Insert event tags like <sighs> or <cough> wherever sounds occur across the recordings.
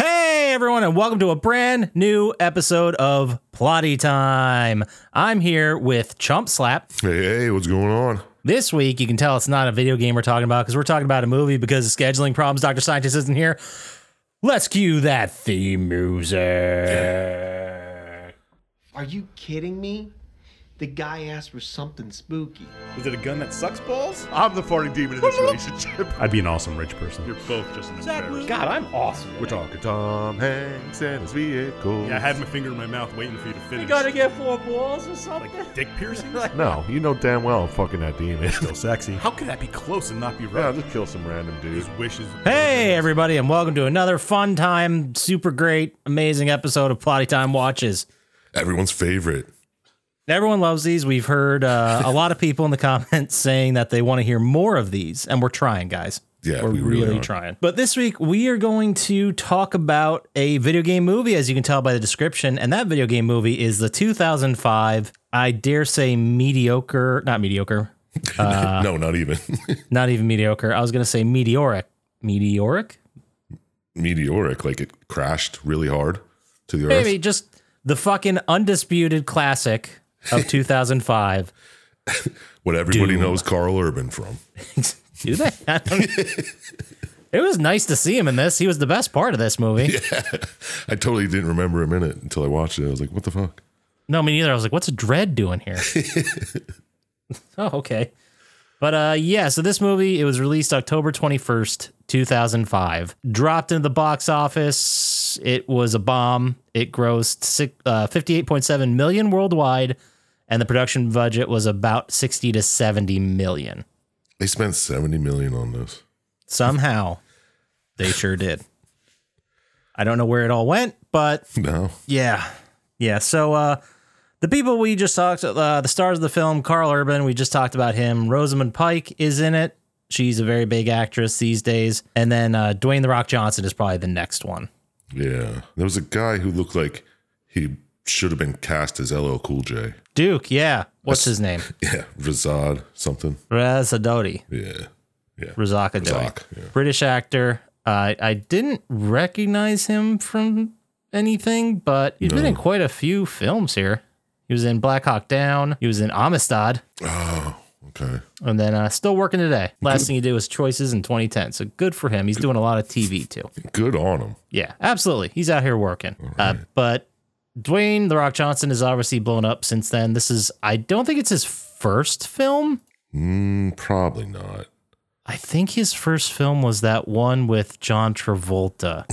Hey everyone, and welcome to a brand new episode of Plotty Time. I'm here with Chump Slap. Hey, hey, what's going on? This week, you can tell it's not a video game we're talking about because we're talking about a movie because of scheduling problems. Dr. Scientist isn't here. Let's cue that theme music. Are you kidding me? The guy asked for something spooky. Is it a gun that sucks balls? I'm the farting demon in this relationship. I'd be an awesome rich person. You're both just an embarrassment. God, I'm awesome. We're talking Tom Hanks and his vehicle. Yeah, I had my finger in my mouth waiting for you to finish. get four balls or something? like dick <laughs> piercing? No, you know damn well I'm fucking that demon. <laughs> Still sexy. How could that be close and not be yeah, right? just kill some random dude. His wishes. Hey, everybody, and welcome to another fun time, super great, amazing episode of Plotty Time Watches. Everyone's favorite. <laughs> Everyone loves these. We've heard uh, a lot of people in the comments <laughs> saying that they want to hear more of these, and we're trying, guys. Yeah, we're we really are. trying. But this week we are going to talk about a video game movie, as you can tell by the description, and that video game movie is the 2005. I dare say mediocre, not mediocre, Uh. no, not even. <laughs> not even mediocre. I was going to say meteoric, meteoric, Meteoric, like it crashed really hard to the maybe earth. just the fucking undisputed classic of 2005. What everybody Doom. knows Carl Urban from. <laughs> do they? I don't- it was nice to see him in this. He was the best part of this movie. I totally didn't remember him in it until I watched it. I was like, what the fuck? No, me neither. I was like, what's Dread doing here? <laughs> oh, okay. But uh, yeah, so this movie, it was released October 21st, 2005. Dropped into the box office. It was a bomb. It grossed six, uh, 58.7 million worldwide, and the production budget was about 60 to 70 million. They spent 70 million on this. <laughs> Somehow, they sure did. I don't know where it all went, but No. yeah. Yeah. So uh the people we just talked uh, the stars of the film, Carl Urban, we just talked about him. Rosamund Pike is in it. She's a very big actress these days. And then uh Dwayne the Rock Johnson is probably the next one. Yeah. There was a guy who looked like he should have been cast as LL Cool J. Duke, yeah. What's his name? Yeah. Razad something. Razadoti. Yeah. Yeah. Razaka Razak, yeah. British actor. Uh, I didn't recognize him from anything, but he's been in quite a few films here. He was in Black Hawk Down. He was in Amistad. Oh, okay. And then uh, still working today. Last thing he did was Choices in 2010. So good for him. He's doing a lot of TV too. Good on him. Yeah, absolutely. He's out here working. Uh, but Dwayne The Rock Johnson is obviously blown up since then. This is, I don't think it's his first film. Mm, probably not. <laughs> I think his first film was that one with John Travolta.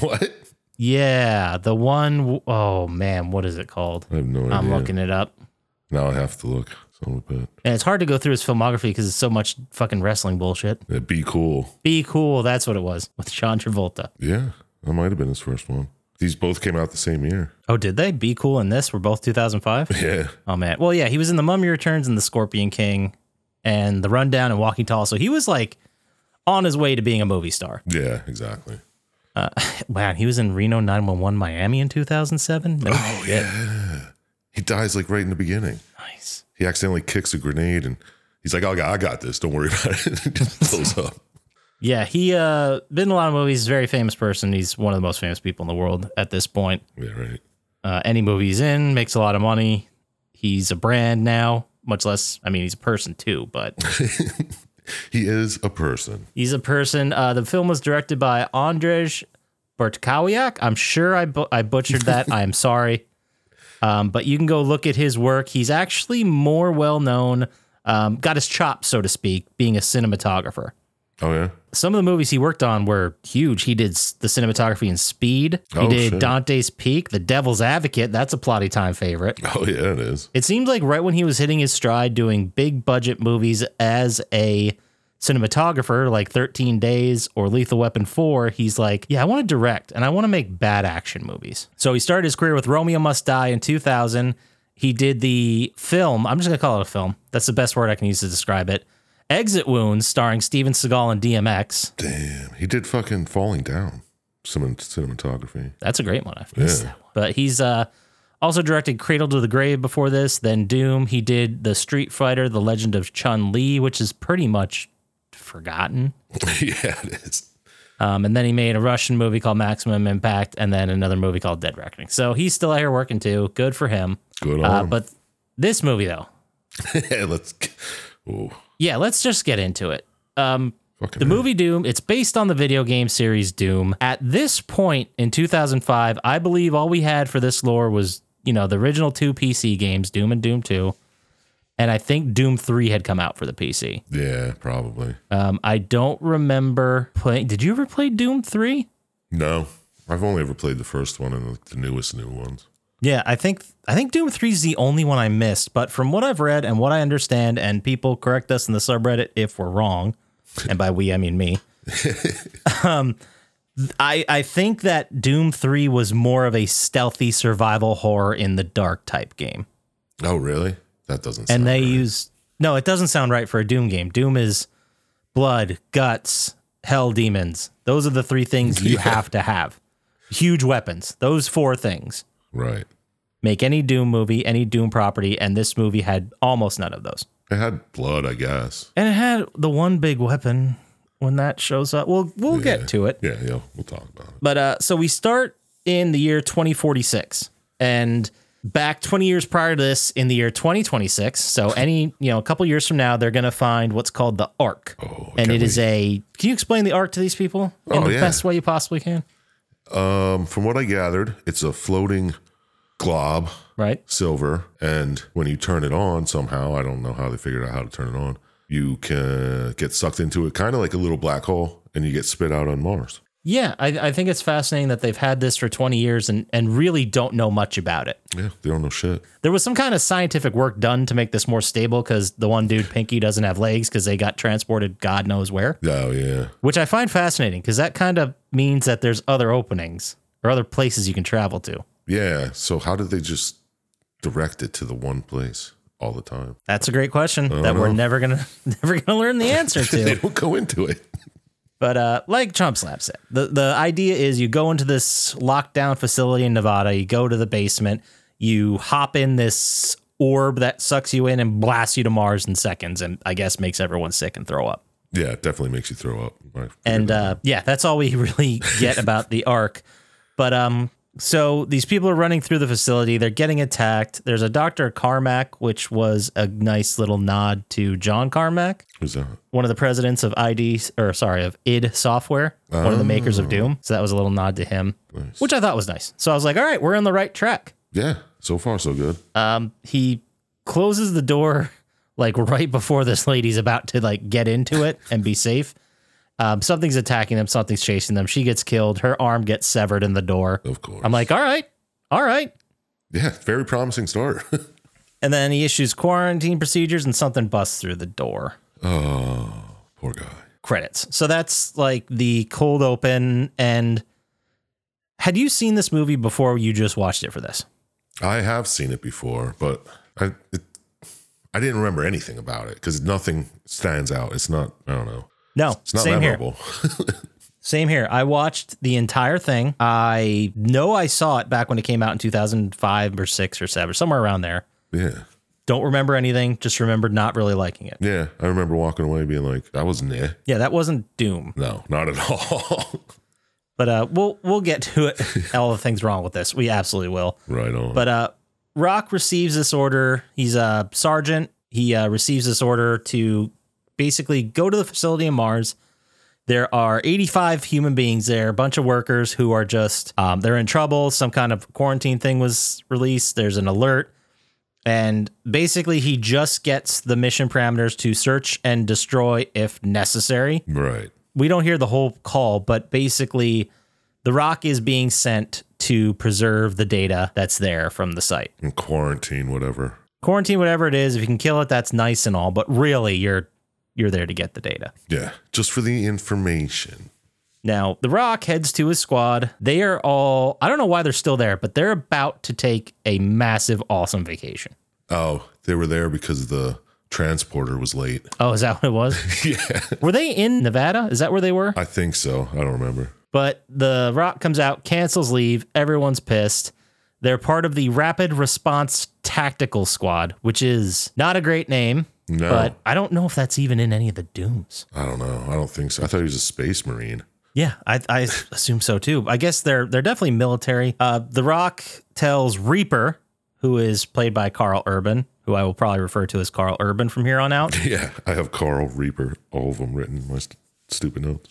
What? Yeah, the one w- oh man, what is it called? I have no idea. I'm looking it up. Now I have to look. Son of a bitch. And it's hard to go through his filmography because it's so much fucking wrestling bullshit. Yeah, be cool. Be cool, that's what it was with John Travolta. Yeah, that might have been his first one. These both came out the same year. <laughs> Oh, did they? Be cool and this were both 2005? Yeah. oh man. Well, yeah, he was in The Mummy Returns and The Scorpion King and The Rundown and Walking Tall. So he was like on his way to being a movie star. Yeah, exactly. Man, he was in Reno 911 Miami in 2007. No shit. He dies like right in the beginning. Nice. He accidentally kicks a grenade and he's like, oh, I got this. Don't worry <laughs> about it. it just blows up. Yeah, he uh been in a lot of movies. He's a very famous person. He's one of the most famous people in the world at this point. Yeah, right. Uh, any movie he's in makes a lot of money. He's a brand now, much less. I mean, he's a person too, but He is a person. he's a person. Uh, the film was directed by Andrzej Bartkowiak. I'm sure I bu- I butchered that. I am sorry, um, but you can go look at his work. He's actually more well known. Um, got his chops, so to speak, being a cinematographer. Oh, yeah. some of the movies he worked on were huge. He did s- the cinematography in Speed. He Oh, did shit. Dante's Peak, The Devil's Advocate. That's a plotty time favorite. Oh, yeah, it is. It seemed like right when he was hitting his stride doing big budget movies as a cinematographer, like 13 Days or Lethal Weapon 4, he's like, yeah, I want to direct and I want to make bad action movies. So he started his career with Romeo Must Die in 2000. He did the film, I'm just going to call it a film. That's the best word I can use to describe it. Exit Wounds, starring Steven Seagal and DMX. Damn. He did fucking Falling Down. Some cinematography. That's a great one. I've missed that one. But he's uh, also directed Cradle to the Grave before this, then Doom. He did The Street Fighter, The Legend of Chun Li, which is pretty much forgotten. <laughs> yeah, it is. Um, and then he made a Russian movie called Maximum Impact, and then another movie called Dead Reckoning. So he's still out here working too. Good for him. Good on Uh, him. but this movie though, <laughs> yeah, let's. Oh, yeah, let's just get into it. Um, fucking. the movie Doom, it's based on the video game series Doom. At this point in 2005, I believe all we had for this lore was, you know, the original two PC games, Doom and Doom 2. And I think Doom 3 had come out for the PC. Yeah, probably. Um, I don't remember playing. Did you ever play Doom 3? No, I've only ever played the first one and like, the newest new ones. Yeah, I think I think Doom 3 is the only one I missed, but from what I've read and what I understand, and people correct us in the subreddit if we're wrong, and by we I mean <laughs> me. um I I think that Doom 3 was more of a stealthy survival horror in the dark type game. Oh, really? That doesn't. And sound they right. use No, it doesn't sound right for a Doom game. Doom is blood, guts, hell demons. Those are the three things you <laughs> Yeah. have to have. Huge weapons. Those four things right. make any Doom movie, any Doom property, and this movie had almost none of those. It had blood, I guess. And it had the one big weapon when that shows up. We'll we'll get to it. Yeah, yeah. We'll talk about it. But uh, so we start in the year 2046, and back 20 years prior to this, in the year 2026. So any you know a couple years from now, they're gonna find what's called the Ark, Oh, I and can't it is a. Can you explain the Ark to these people in Oh, the yeah. best way you possibly can? Um, from what I gathered, it's a floating glob, Right. silver, and when you turn it on, somehow I don't know how they figured out how to turn it on. You can get sucked into it, kind of like a little black hole, and you get spit out on Mars. Yeah, I, I think it's fascinating that they've had this for 20 years and, and really don't know much about it. Yeah, they don't know shit. There was some kind of scientific work done to make this more stable because the one dude, Pinky, doesn't have legs because they got transported God knows where, Oh yeah, which I find fascinating because that kind of means that there's other openings or other places you can travel to. yeah. So how did they just direct it to the one place all the time? <laughs> That's a great question that we're never gonna <laughs> never gonna learn the answer They <laughs> to. don't go into it. but uh, like Chump Slap said, the the idea is you go into this lockdown facility in Nevada, you go to the basement, you hop in this orb that sucks you in and blasts you to Mars in seconds, and I guess makes everyone sick and throw up. Yeah, it definitely makes you throw up. I figured and that. uh, yeah, that's all we <laughs> really get about the arc. But um, so these people are running through the facility. They're getting attacked. There's a Doctor Carmack, which was a nice little nod to John Carmack, who's that? one of the presidents of ID or sorry of ID Software, one of the makers of Doom. So that was a little nod to him, which I thought was nice. So I was like, all right, we're on the right track. Yeah, so far so good. Um, he closes the door <laughs> like right before this lady's about to like get into it and be safe. Um, something's attacking them, something's chasing them. She gets killed, her arm gets severed in the door. Of course. I'm like, all right, all right. yeah, very promising start. <laughs> And then he issues quarantine procedures and something busts through the door. oh, poor guy. Credits. So that's like the cold open. And had you seen this movie before you just watched it for this? I have seen it before, but I it, I didn't remember anything about it because nothing stands out. It's not. I don't know. No, It's not same here. memorable. <laughs> Same here. I watched the entire thing. I know I saw it back when it came out in 2005 or 6 or 7, somewhere around there. yeah, Don't remember anything, just remembered not really liking it. yeah. I remember walking away being like, "That was nah." Yeah, that wasn't Doom. No, not at <laughs> all. But uh we'll we'll get to it. <laughs> All the things wrong with this. We absolutely will. right on. But uh Rock receives this order. He's a sergeant. He uh, receives this order to basically go to the facility on Mars. There are 85 human beings there, a bunch of workers who are just um, they're in trouble. Some kind of quarantine thing was released. There's an alert. And basically, he just gets the mission parameters to search and destroy if necessary right. we don't hear the whole call, but basically, the rock is being sent to preserve the data that's there from the site. In quarantine, whatever. Quarantine, whatever it is, if you can kill it, that's nice and all, but really, you're you're there to get the data. Yeah, just for the information. Now, the Rock heads to his squad. They are all I don't know why they're still there, but they're about to take a massive, awesome vacation. Oh, they were there because the transporter was late. Oh, is that what it was? yeah, were they in Nevada? Is that where they were? I think so. I don't remember. But the Rock comes out, cancels leave. Everyone's pissed. They're part of the Rapid Response Tactical Squad, which is not a great name, No, but I don't know if that's even in any of the Dooms. I don't know. I don't think so. I thought he was a space marine. Yeah, I, I assume so too. I guess they're they're definitely military. Uh, the Rock tells Reaper, who is played by Carl Urban, who I will probably refer to as Carl Urban from here on <laughs> out. <laughs> Yeah, I have Carl Reaper, all of them written in my st- stupid notes.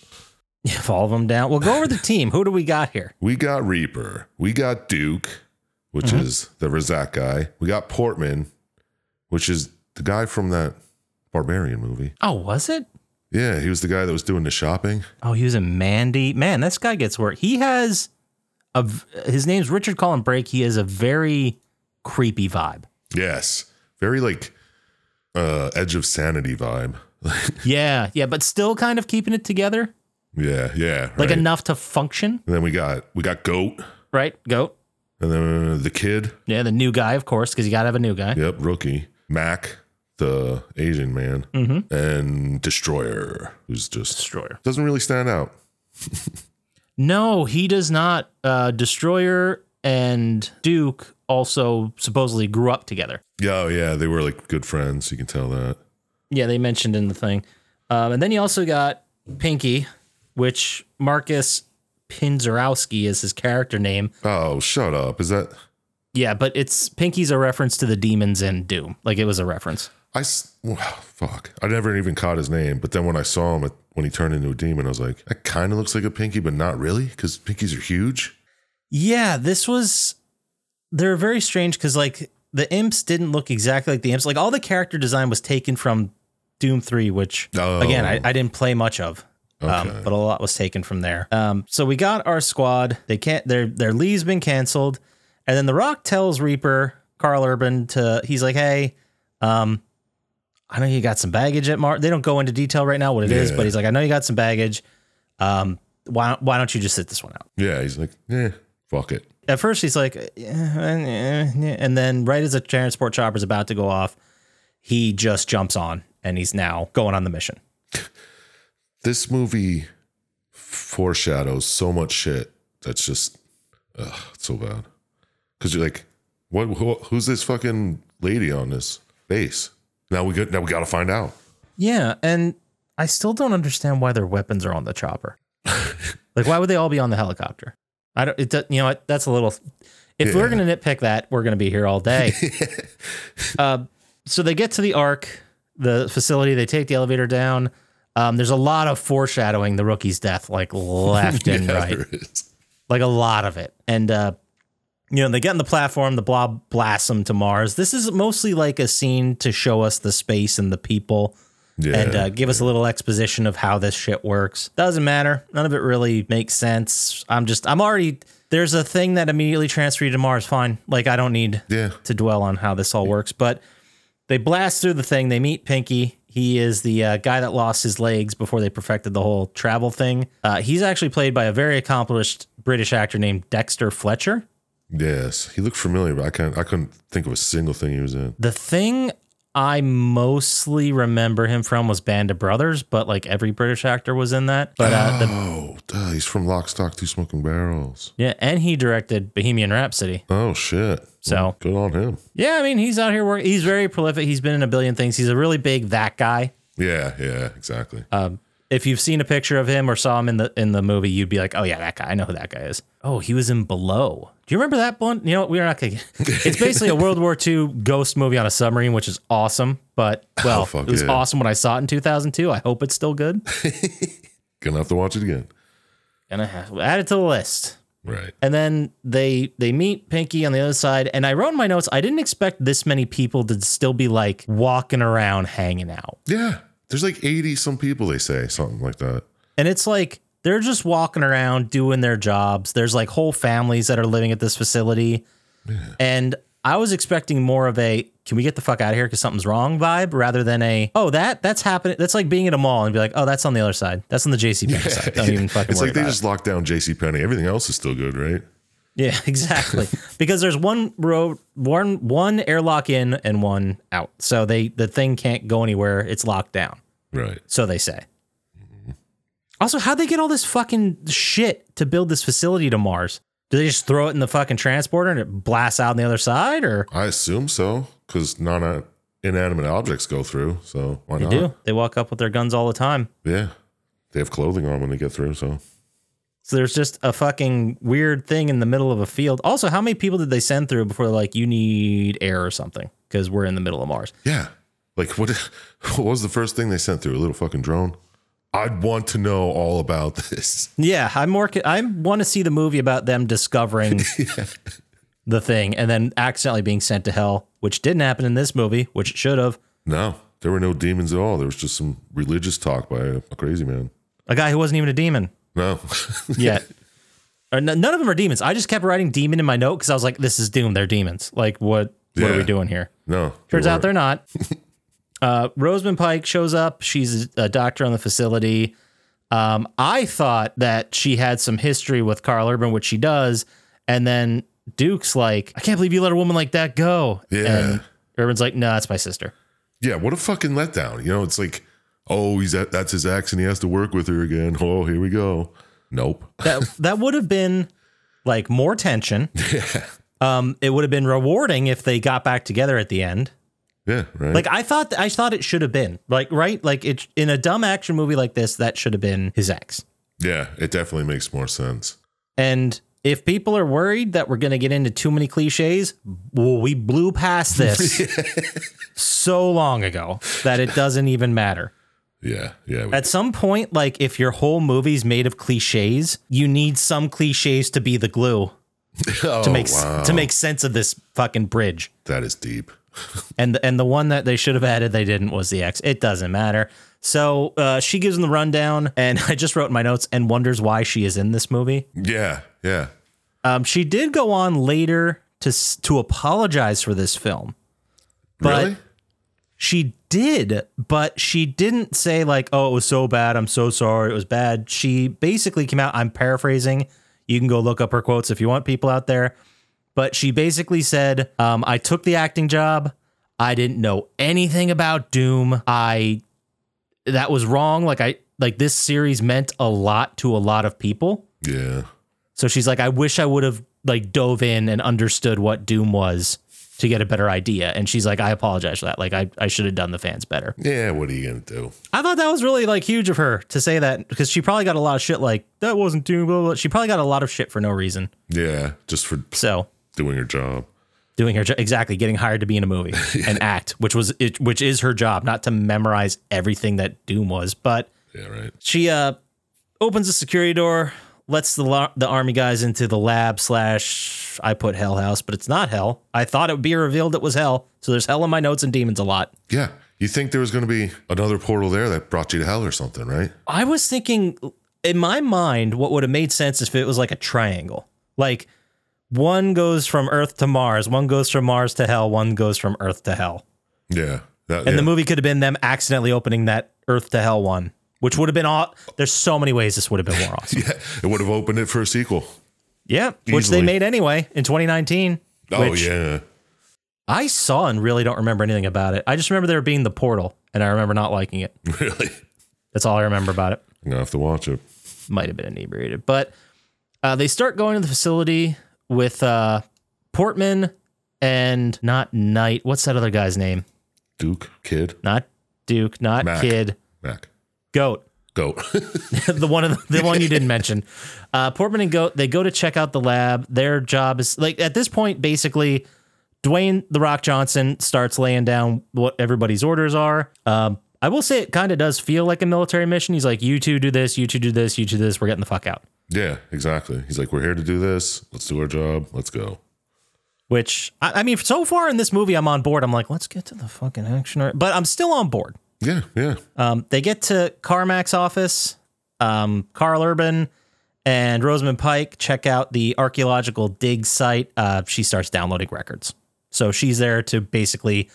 If all of them down, we'll go over the team. Who do we got here? We got Reaper. We got Duke, which is the Razak guy. We got Portman, which is the guy from that Barbarian movie. Oh, was it? Yeah, he was the guy that was doing the shopping. Oh, he was in Mandy. Man, this guy gets work. He has a v- his name's Richard Colin Brake. He has a very creepy vibe. Yes. Very like uh edge of sanity vibe. <laughs> Yeah, yeah, but still kind of keeping it together, yeah, yeah. like right. enough to function. And then we got we got Goat Right, goat. and then uh, the kid. Yeah, the new guy, of course, because you gotta have a new guy. Yep, rookie. Mac, the Asian man, and Destroyer, who's just Destroyer. doesn't really stand out. No, he does not. Uh, Destroyer and Duke also supposedly grew up together. Yeah, oh, yeah, they were like good friends. You can tell that. Yeah, they mentioned in the thing. Um, and then you also got Pinky, which Marcus Pinzerowski is his character name. Oh, shut up! Is that Yeah, but it's Pinky's a reference to the demons in Doom. Like it was a reference. I? s- Wow, fuck! I never even caught his name. But then when I saw him at, when he turned into a demon, I was like, that kind of looks like a pinky, but not really, because pinkies are huge. Yeah, this was. They're very strange because like the imps didn't look exactly like the imps. Like all the character design was taken from Doom Three, which Oh. again I, I didn't play much of. Um, Okay. but a lot was taken from there. Um, so we got our squad. They can't. Their their leave's been canceled, and then The Rock tells Reaper Carl Urban to. He's like, hey, um, I know you got some baggage at Mar. They don't go into detail right now what it is, Yeah. but he's like, I know you got some baggage. Um, why why don't you just sit this one out? Yeah, he's like, yeah, fuck it. at first he's like, "Eh, eh, eh," and then right as the transport chopper's about to go off, he just jumps on and he's now going on the mission. This movie foreshadows so much shit that's just ugh, it's so bad. Because you're like, what? Who, who's this fucking lady on this base? Now we got now we got to find out. Yeah, and I still don't understand why their weapons are on the chopper. like, why would they all be on the helicopter? I don't. It do, you know what? That's a little. If we're Yeah. gonna nitpick that, we're gonna be here all day. <laughs> uh, so they get to the Ark, the facility. They take the elevator down. Um, there's a lot of foreshadowing the rookie's death, like left and <laughs> Yeah, right. there is. like a lot of it. And uh, you know, they get on the platform, the blob blasts them to Mars. This is mostly like a scene to show us the space and the people. Yeah. And uh, give us a little exposition of how this shit works. Doesn't matter. None of it really makes sense. I'm just, I'm already, there's a thing that immediately transferred you to Mars. Fine. Like, I don't need yeah. to dwell on how this all works, but they blast through the thing. They meet Pinky. He is the uh, guy that lost his legs before they perfected the whole travel thing. Uh, he's actually played by a very accomplished British actor named Dexter Fletcher. Yes, he looked familiar, but I can't. I couldn't think of a single thing he was in. The thing I mostly remember him from was Band of Brothers, but like every British actor was in that. But uh, the, Oh, duh, he's from Lock, Stock, Two Smoking Barrels. yeah, and he directed Bohemian Rhapsody. Oh shit! So- good on him. Yeah, I mean he's out here working. He's very prolific. He's been in a billion things. He's a really big that guy. Yeah, yeah, exactly. Um, if you've seen a picture of him or saw him in the in the movie, you'd be like, "Oh yeah, that guy. I know who that guy is." Oh, he was in Below. Do you remember that blunt? You know, what? we're not. <laughs> Gonna, it's basically a World War II ghost movie on a submarine, which is awesome. But well, Oh, fuck it was yeah. awesome when I saw it in 2002. I hope it's still good. Gonna have to watch it again. Gonna have, add it to the list. Right. And then they they meet Pinky on the other side. And I wrote in my notes, I didn't expect this many people to still be like walking around, hanging out. Yeah, there's like eighty some people. They say something like that. And it's like they're just walking around doing their jobs. There's like whole families that are living at this facility. And I was expecting more of a can we get the fuck out of here because something's wrong vibe rather than a oh that that's happening. That's like being at a mall and be like, oh, that's on the other side. That's on the JC side. <laughs> Don't even fucking it's worry like they about just locked down J.C. Penney. Everything else is still good, right? it. Yeah, <laughs> exactly. because there's one road one one airlock in and one out. So they the thing can't go anywhere. It's locked down. Right. So they say. Also, how'd they get all this fucking shit to build this facility to Mars? Do they just throw it in the fucking transporter and it blasts out on the other side? Or I assume so, because non inanimate objects go through. So why they not? do. They walk up with their guns all the time. Yeah, they have clothing on when they get through. So So there's just a fucking weird thing in the middle of a field. Also, how many people did they send through before like you need air or something because we're in the middle of Mars? Yeah. Like what <laughs> what was the first thing they sent through? A little fucking drone? I'd want to know all about <laughs> this. Yeah, I'm more. I want to see the movie about them discovering the thing and then accidentally being sent to hell, which didn't happen in this movie, which it should have. No, there were no demons at all. There was just some religious talk by a, a crazy man. A guy who wasn't even a demon No. <laughs> yet. or n- none of them are demons. I just kept writing demon in my note because I was like, this is doom. They're demons. Like, what? What are we Yeah. doing here? no. Turns out there. they're <laughs> not. uh, Roseman Pike shows up. She's a doctor on the facility. Um, I thought that she had some history with Carl Urban, which she does. And then Duke's like, I can't believe you let a woman like that go. Yeah. And Urban's like, no, that's my sister. Yeah, what a fucking letdown. You know, it's like, oh, he's at, that's his ex and he has to work with her again. Oh, here we go. Nope. <laughs> That that would have been like more tension. Um, it would have been rewarding if they got back together at the end. Yeah, right. Like I thought, I thought it should have been like right, like it in a dumb action movie like this, that should have been his ex. yeah, it definitely makes more sense. And if people are worried that we're going to get into too many cliches, well, we blew <laughs> past this so long ago that it doesn't even matter. Yeah, yeah. <laughs> At some point, like if your whole movie's made of cliches, you need some cliches to be the glue oh, to make s- wow. to make sense of this fucking bridge. that is deep. And and the one that they should have added they didn't was the X. It doesn't matter. So uh, she gives him the rundown, and <laughs> I just wrote in my notes and wonders why she is in this movie. Yeah, yeah. Um, she did go on later to s- to apologize for this film. But- really? She did, but she didn't say like, "Oh, it was so bad. I'm so sorry. It was bad." She basically came out. I'm paraphrasing. You can go look up her quotes if you want, people out there. But she basically said, um, "I took the acting job. I didn't know anything about Doom. I that was wrong. Like I like this series meant a lot to a lot of people." Yeah. So she's like, I wish I would have like dove in and understood what Doom was to get a better idea. And she's like, I apologize for that. Like I, I should have done the fans better. Yeah, what are you going to do? I thought that was really like huge of her to say that because she probably got a lot of shit like that wasn't Doom, blah, blah, blah. She probably got a lot of shit for no reason. Yeah, just for So doing your job. doing her job exactly, getting hired to be in a <laughs> movie and act, which was it, which is her job, not to memorize everything that Doom was, but Yeah, right. she uh opens the security door lets the la- the army guys into the lab slash i put hell house but it's not hell i thought it would be revealed it was hell so there's hell in my notes and demons a lot Yeah. You think there was going to be another portal there that brought you to hell or something, right? i was thinking in my mind what would have made sense is if it was like a triangle like one goes from earth to mars one goes from mars to hell one goes from earth to hell Yeah. That, and yeah. the movie could have been them accidentally opening that earth to hell one which would have been all there's so many ways this would have been more awesome <laughs> yeah, it would have opened it for a sequel. Yeah, which they Easily. made anyway in 2019. Oh, which yeah. <laughs> I saw and really don't remember anything about it. I just remember there being the portal, and I remember not liking it. Really? That's all I remember about it. I'm going to have to watch it. Might have been inebriated, but uh, they start going to the facility with uh, Portman and not Knight. What's that other guy's name? Duke, kid, Not Duke, not Mac. Kid, Mac, Goat. goat. <laughs> the one of the, the one you didn't mention. Uh, Portman and Goat they go to check out the lab. Their job is like at this point basically. Dwayne the Rock Johnson starts laying down what everybody's orders are. Um, I will say it kind of does feel like a military mission. He's like, "You two do this, you two do this, you two do this. We're getting the fuck out." <laughs> yeah, exactly. He's like, we're here to do this. Let's do our job. Let's go. Which I, I mean, so far in this movie, I'm on board. I'm like, "Let's get to the fucking action," or- but I'm still on board. Yeah, yeah. Um, they get to Carmack's office. Um, Carl Urban and Rosamund Pike check out the archaeological dig site. Uh, she starts downloading records. So she's there to basically,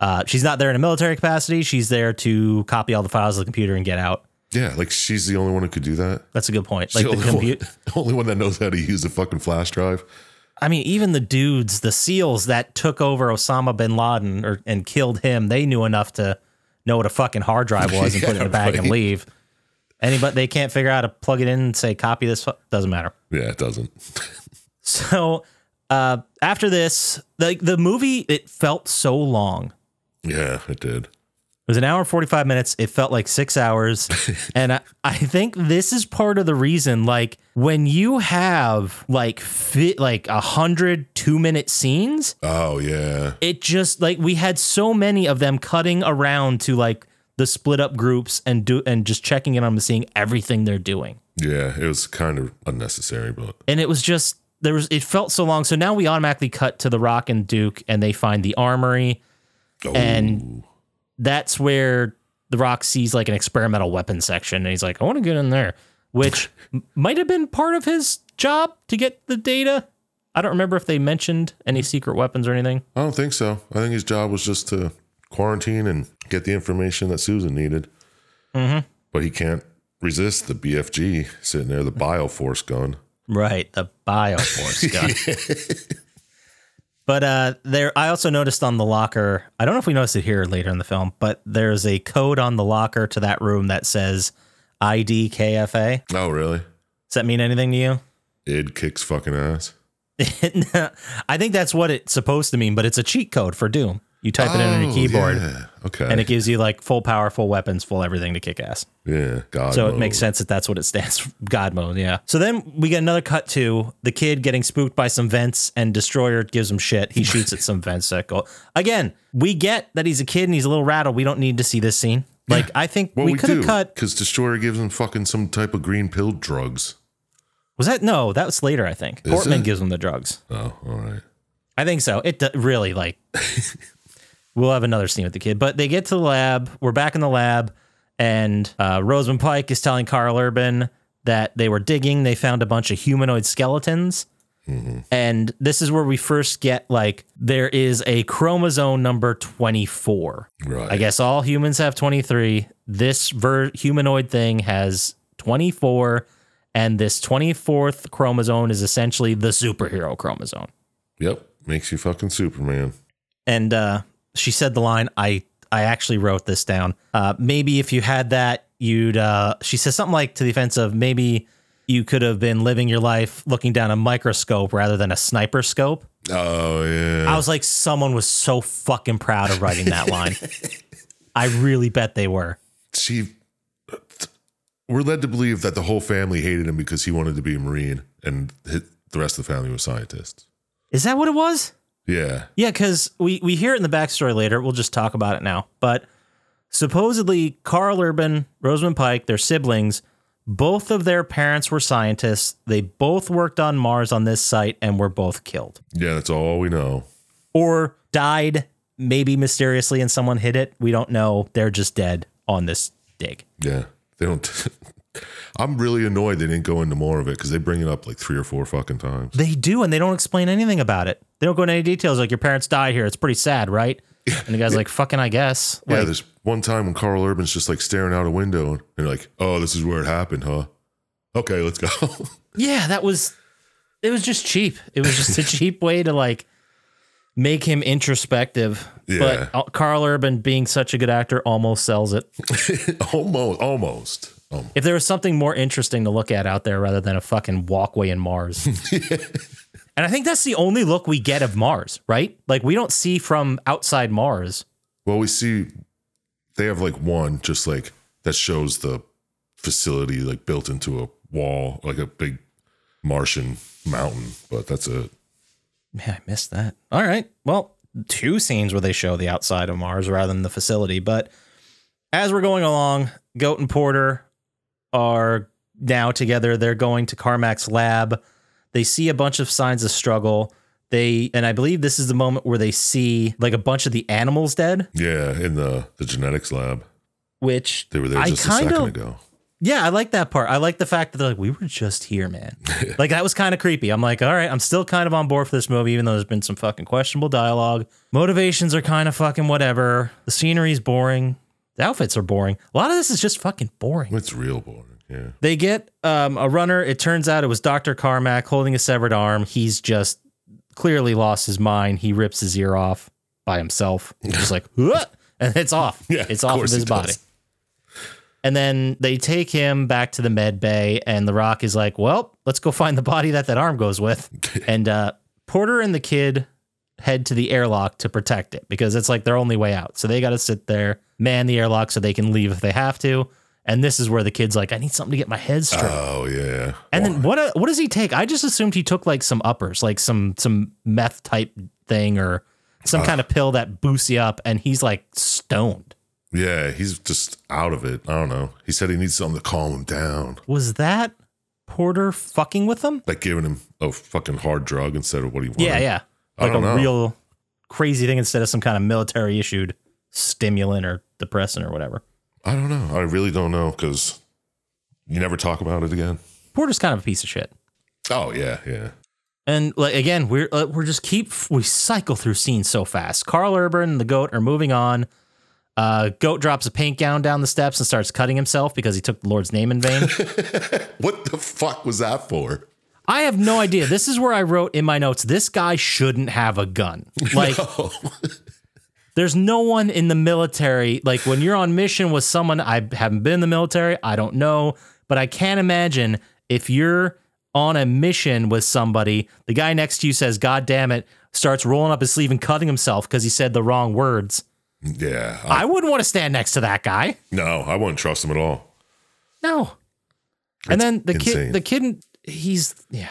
uh, she's not there in a military capacity. She's there to copy all the files of the computer and get out. Yeah, like she's the only one who could do that. That's a good point. Like the, the only one, computer. <laughs> the only one that knows how to use a fucking flash drive. I mean, even the dudes, the SEALs that took over Osama bin Laden or, and killed him, they knew enough to know what a fucking hard drive was and put it in a bag and leave. Anybody, they can't figure out how to plug it in and say copy this. fu- Doesn't matter. <laughs> Yeah, it doesn't. So uh, after this, like the movie, it felt so long. yeah, it did. It was an hour and 45 minutes. It felt like six hours. and I, I think this is part of the reason, like, when you have like fit, like a hundred two minute scenes, Oh yeah. it just like we had so many of them cutting around to like the split up groups and do and just checking in on them, seeing everything they're doing. Yeah. It was kind of unnecessary, but And it was just there was it felt so long. So now we automatically cut to the Rock and Duke and they find the armory. oh, And- That's where the Rock sees like an experimental weapon section and he's like, I want to get in there. Which m- might have been part of his job to get the data. I don't remember if they mentioned any secret weapons or anything. I don't think so. I think his job was just to quarantine and get the information that Susan needed. Mm-hmm. But he can't resist the BFG sitting there, the Bioforce gun. Right, the bioforce gun. but uh there I also noticed on the locker, I don't know if we noticed it here or later in the film, but there's a code on the locker to that room that says IDKFA. Oh, really? Does that mean anything to you? <laughs> Id kicks fucking ass. I think that's what it's supposed to mean, but it's a cheat code for Doom. You type it in on your keyboard Oh, Yeah. Okay. and it gives you like full power, full weapons, full everything to kick ass. yeah. God. So it mode. makes sense that that's what it stands for. <laughs> God mode, yeah. So then we get another cut to the kid getting spooked by some vents, and Destroyer gives him shit. He shoots at some <laughs> vents that go. Again, we get that he's a kid and he's a little rattled. We don't need to see this scene. Like, I think Well, we, we, could have do cut. because Destroyer gives him fucking some type of green pill drugs. Was that? No, that was later, I think. Is Portman it? gives him the drugs. Oh, all right. I think so. It d- really, like, we'll have another scene with the kid. But they get to the lab. We're back in the lab, and uh, Rosamund Pike is telling Carl Urban that they were digging. They found a bunch of humanoid skeletons. And this is where we first get like there is a chromosome number 24. Right. I guess all humans have 23. This ver- humanoid thing has 24 and this 24th chromosome is essentially the superhero chromosome Yep. Makes you fucking Superman. and uh, she said the line i i actually wrote this down uh, maybe if you had that you'd uh, she says something like to the offense of maybe you could have been living your life looking down a microscope rather than a sniper scope Oh yeah. i was like someone was so fucking proud of writing that line i really bet they were she we're led to believe that the whole family hated him because he wanted to be a marine and hit the rest of the family was scientists is that what it was yeah Yeah, because we we hear it in the backstory later. We'll just talk about it now. But supposedly, Carl Urban, Rosamund Pike, their siblings, both of their parents were scientists. They both worked on Mars on this site and were both killed yeah that's all we know or died, maybe mysteriously, and someone hid it. We don't know. They're just dead on this dig. yeah they don't <laughs> i'm really annoyed they didn't go into more of it because they bring it up like three or four fucking times They do, and they don't explain anything about it. They don't go into any details. Like your parents died here. It's pretty sad, right? And the guy's like, "Fucking, I guess." yeah Like, there's one time when carl urban's just like staring out a window and they're like oh this is where it happened huh okay let's go <laughs> Yeah, that was it was just cheap. It was just a cheap way to like make him introspective. Yeah. But uh, Carl Urban being such a good actor almost sells it. almost almost um, If there was something more interesting to look at out there rather than a fucking walkway in Mars. And I think that's the only look we get of Mars, right? Like we don't see from outside Mars. well we see they have like one just like that shows the facility like built into a wall, like a big Martian mountain, but that's it. Man, I missed that. All right. Well, two scenes where they show the outside of Mars rather than the facility. But as we're going along, Goat and Porter are now together. They're going to Carmack's lab. They see a bunch of signs of struggle. They and I believe this is the moment where they see like a bunch of the animals dead, Yeah, in the the genetics lab, which they were there I just a kind second of- ago. Yeah, I like that part. I like the fact that they're like, we were just here, man. like that was kind of creepy. I'm like, all right, I'm still kind of on board for this movie, even though there's been some fucking questionable dialogue. Motivations are kind of fucking whatever. The scenery's boring. The outfits are boring. A lot of this is just fucking boring. It's real boring. Yeah, They get um, a runner. It turns out it was Dr. Carmack holding a severed arm. He's just clearly lost his mind. He rips his ear off by himself. He's just <laughs> like, "Huh," and it's off. Yeah, it's of off of course his he body. does. And then they take him back to the med bay, and The Rock is <laughs> like, "Well, let's go find the body that that arm goes with." and uh, Porter and the kid head to the airlock to protect it because it's like their only way out. So they got to sit there, man the airlock so they can leave if they have to. And this is where the kid's like, I need something to get my head straight. Oh yeah. and then what uh, what does he take? I just assumed he took like some uppers, like some some meth type thing or some Uh. kind of pill that boosts you up and he's like stoned. Yeah, he's just out of it. I don't know. He said he needs something to calm him down. Was that Porter fucking with him? Like giving him a fucking hard drug instead of what he wanted. Yeah, yeah. I Like a don't know. real crazy thing instead of some kind of military issued stimulant or depressant or whatever. I don't know. I really don't know because you never talk about it again. Porter's kind of a piece of shit. Oh yeah, yeah. And like again, we're uh, we're just keep we cycle through scenes so fast. Carl Urban and the goat are moving on. Uh, goat drops a paint gown down the steps and starts cutting himself because he took the Lord's name in vain. What the fuck was that for? I have no idea. This is where I wrote in my notes. This guy shouldn't have a gun. <laughs> Like, Oh. there's no one in the military. Like when you're on mission with someone, I haven't been in the military. I don't know, but I can't imagine if you're on a mission with somebody, the guy next to you says, "God damn it," starts rolling up his sleeve and cutting himself because he said the wrong words. Yeah. I, I wouldn't want to stand next to that guy. no, I wouldn't trust him at all. No. And then the insane. kid, the kid, and- he's yeah.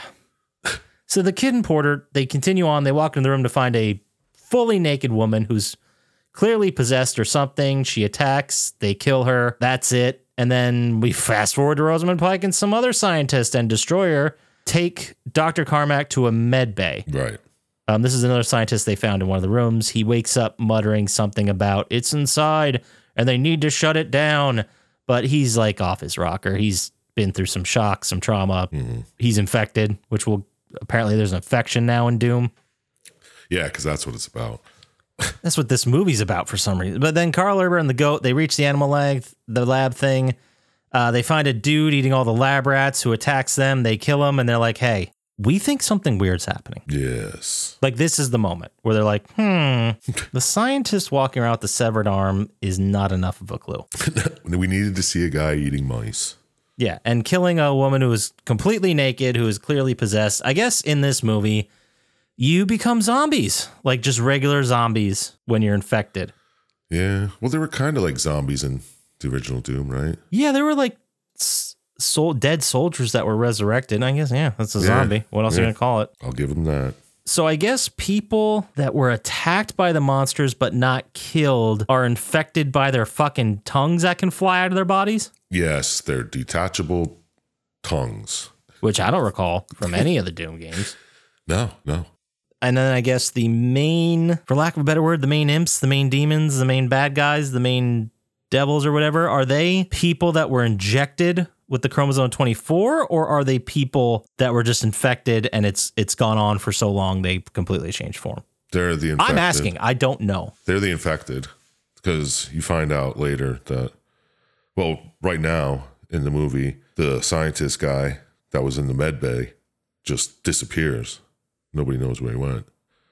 So the kid and Porter, they continue on. They walk into the room to find a fully naked woman who's clearly possessed or something. She attacks. They kill her. That's it. And then we fast forward to Rosamund Pike and some other scientist and destroyer take Dr. Carmack to a med bay. Right. Um, this is another scientist they found in one of the rooms. He wakes up muttering something about it's inside and they need to shut it down. But he's like off his rocker. He's been through some shock, some trauma. He's infected, which will apparently there's an infection now in Doom. Yeah, because that's what it's about. That's what this movie's about for some reason. But then Carl Urban and the goat, they reach the animal lab, the lab thing. Uh, they find a dude eating all the lab rats who attacks them. They kill him and they're like, hey, we think something weird's happening. Yes. Like this is the moment where they're like, hmm, the scientist walking around with the severed arm is not enough of a clue. <laughs> we needed to see a guy eating mice. Yeah, and killing a woman who is completely naked, who is clearly possessed. I guess in this movie, you become zombies, like just regular zombies when you're infected. Yeah. Well, they were kind of like zombies in the original Doom, right? Yeah, there were like s- soul dead soldiers that were resurrected. I guess yeah, that's a Yeah, zombie. What else are you yeah. gonna call it? I'll give them that. So I guess people that were attacked by the monsters but not killed are infected by their fucking tongues that can fly out of their bodies, Yes, they're detachable tongues. which I don't recall from any of the Doom games. No, no. And then I guess the main, for lack of a better word, the main imps, the main demons, the main bad guys, the main devils or whatever, are they people that were injected with the chromosome 24 or are they people that were just infected and it's it's gone on for so long they completely changed form? They're the infected. I'm asking. I don't know. They're the infected because you find out later that, well, right now in the movie, the scientist guy that was in the med bay just disappears. Nobody knows where he went.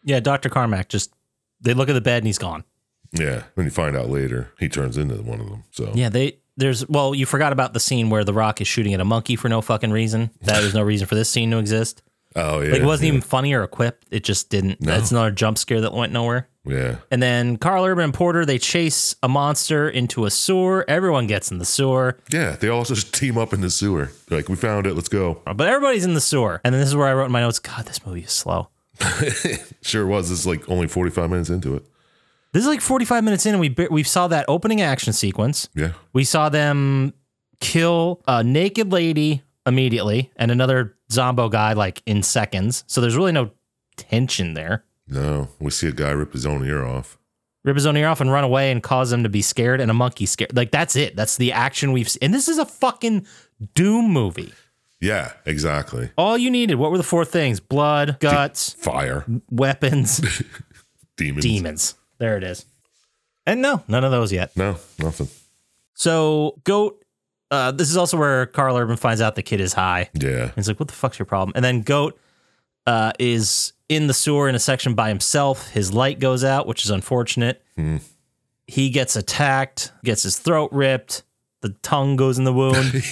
Yeah, Dr. Carmack just they look at the bed and he's gone. Yeah. Then you find out later he turns into one of them. So Yeah, they there's well, you forgot about the scene where the rock is shooting at a monkey for no fucking reason. That there's no reason for this scene to exist. oh yeah, Like it wasn't yeah, even funny or equipped. It just didn't. No. That's another jump scare that went nowhere. yeah. And then Carl Urban and Porter, they chase a monster into a sewer. Everyone gets in the sewer, Yeah, they all just team up in the sewer. They're like, we found it. Let's go. <laughs> but everybody's in the sewer. And then this is where I wrote in my notes, God, this movie is slow. Sure was. It's like only 45 minutes into it. This is like 45 minutes in and we ba- we saw that opening action sequence. Yeah. We saw them kill a naked lady immediately and another zombo guy like in seconds. So there's really no tension there. No, we see a guy rip his own ear off. Rip his own ear off and run away and cause them to be scared and a monkey scared. Like that's it. That's the action we've seen. And this is a fucking Doom movie. Yeah, exactly. All you needed, what were the four things? Blood, guts, Fire, weapons, demons. demons. There it is. And no, none of those yet. No, nothing. So Goat, uh, this is also where Carl Urban finds out the kid is high. Yeah. He's like, "What the fuck's your problem?" And then Goat uh, is in the sewer in a section by himself. His light goes out, which is unfortunate. He gets attacked, gets his throat ripped. The tongue goes in the wound.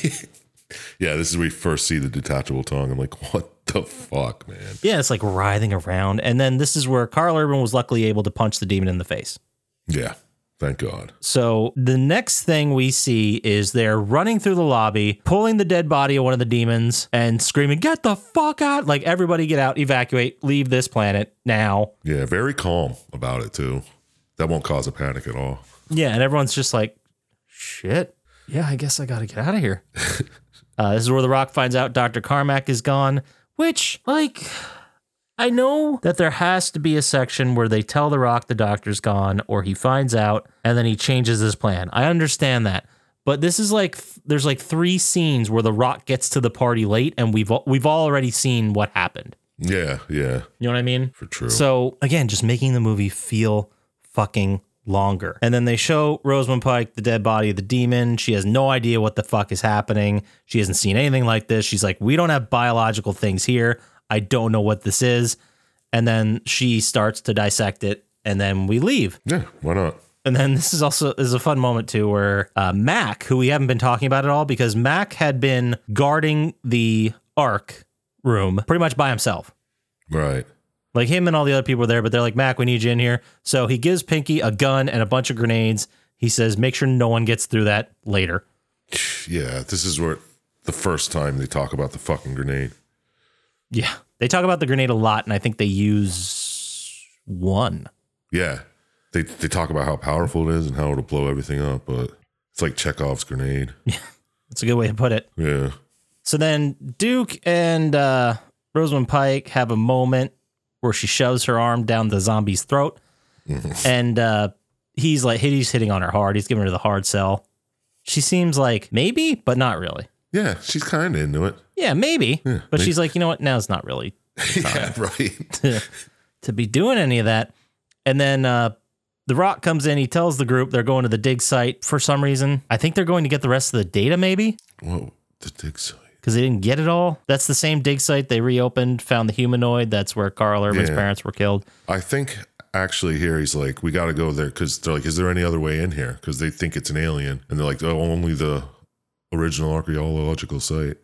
Yeah, this is where we first see the detachable tongue. I'm like, <laughs> what the fuck, man? Yeah, it's like writhing around. And then this is where Carl Urban was luckily able to punch the demon in the face. Yeah. Thank God. So the next thing we see is they're running through the lobby, pulling the dead body of one of the demons and screaming, Get the fuck out! Like, everybody get out, evacuate, leave this planet now. Yeah. Very calm about it, too. That won't cause a panic at all. Yeah, and everyone's just like, Shit. Yeah, I guess I gotta get out of here. uh, this is where The Rock finds out Dr. Carmack is gone, which, like, I know that there has to be a section where they tell The Rock the doctor's gone or he finds out and then he changes his plan. I understand that. But this is like th- there's like three scenes where The Rock gets to the party late and we've al- we've already seen what happened. Yeah. Yeah. You know what I mean? For true. So again, just making the movie feel fucking longer. And then they show Rosamund Pike, the dead body of the demon. She has no idea what the fuck is happening. She hasn't seen anything like this. She's like, we don't have biological things here. I don't know what this is. And then she starts to dissect it. And then we leave. yeah. Why not? And then this is also is a fun moment too, where uh, Mac, who we haven't been talking about at all, because Mac had been guarding the Ark room pretty much by himself. Right. <sniffs> Like him and all the other people were there, but they're like, Mac, we need you in here. So he gives Pinky a gun and a bunch of grenades. He says, make sure no one gets through that later. Yeah. This is where the first time they talk about the fucking grenade. Yeah. They talk about the grenade a lot, and I think they use one. Yeah. They, they talk about how powerful it is and how it'll blow everything up, but it's like Chekhov's grenade. That's a good way to put it. Yeah. So then Duke and uh, Rosamund Pike have a moment where she shoves her arm down the zombie's throat, and uh, he's like, he's hitting on her hard. He's giving her the hard sell. She seems like maybe, but not really. Yeah. She's kind of into it. Yeah, maybe, but she's like, you know what? Now's not really yeah. Right. <laughs> to be doing any of that. And then uh, The Rock comes in. He tells the group they're going to the dig site for some reason. I think they're going to get the rest of the data, maybe Whoa. The dig site. because they didn't get it all. That's the same dig site they reopened, found the humanoid. That's where Carl Urban's Yeah. parents were killed. I think actually here he's like, we got to go there because they're like, is there any other way in here? Because they think it's an alien, and they're like, oh, only the original archaeological site.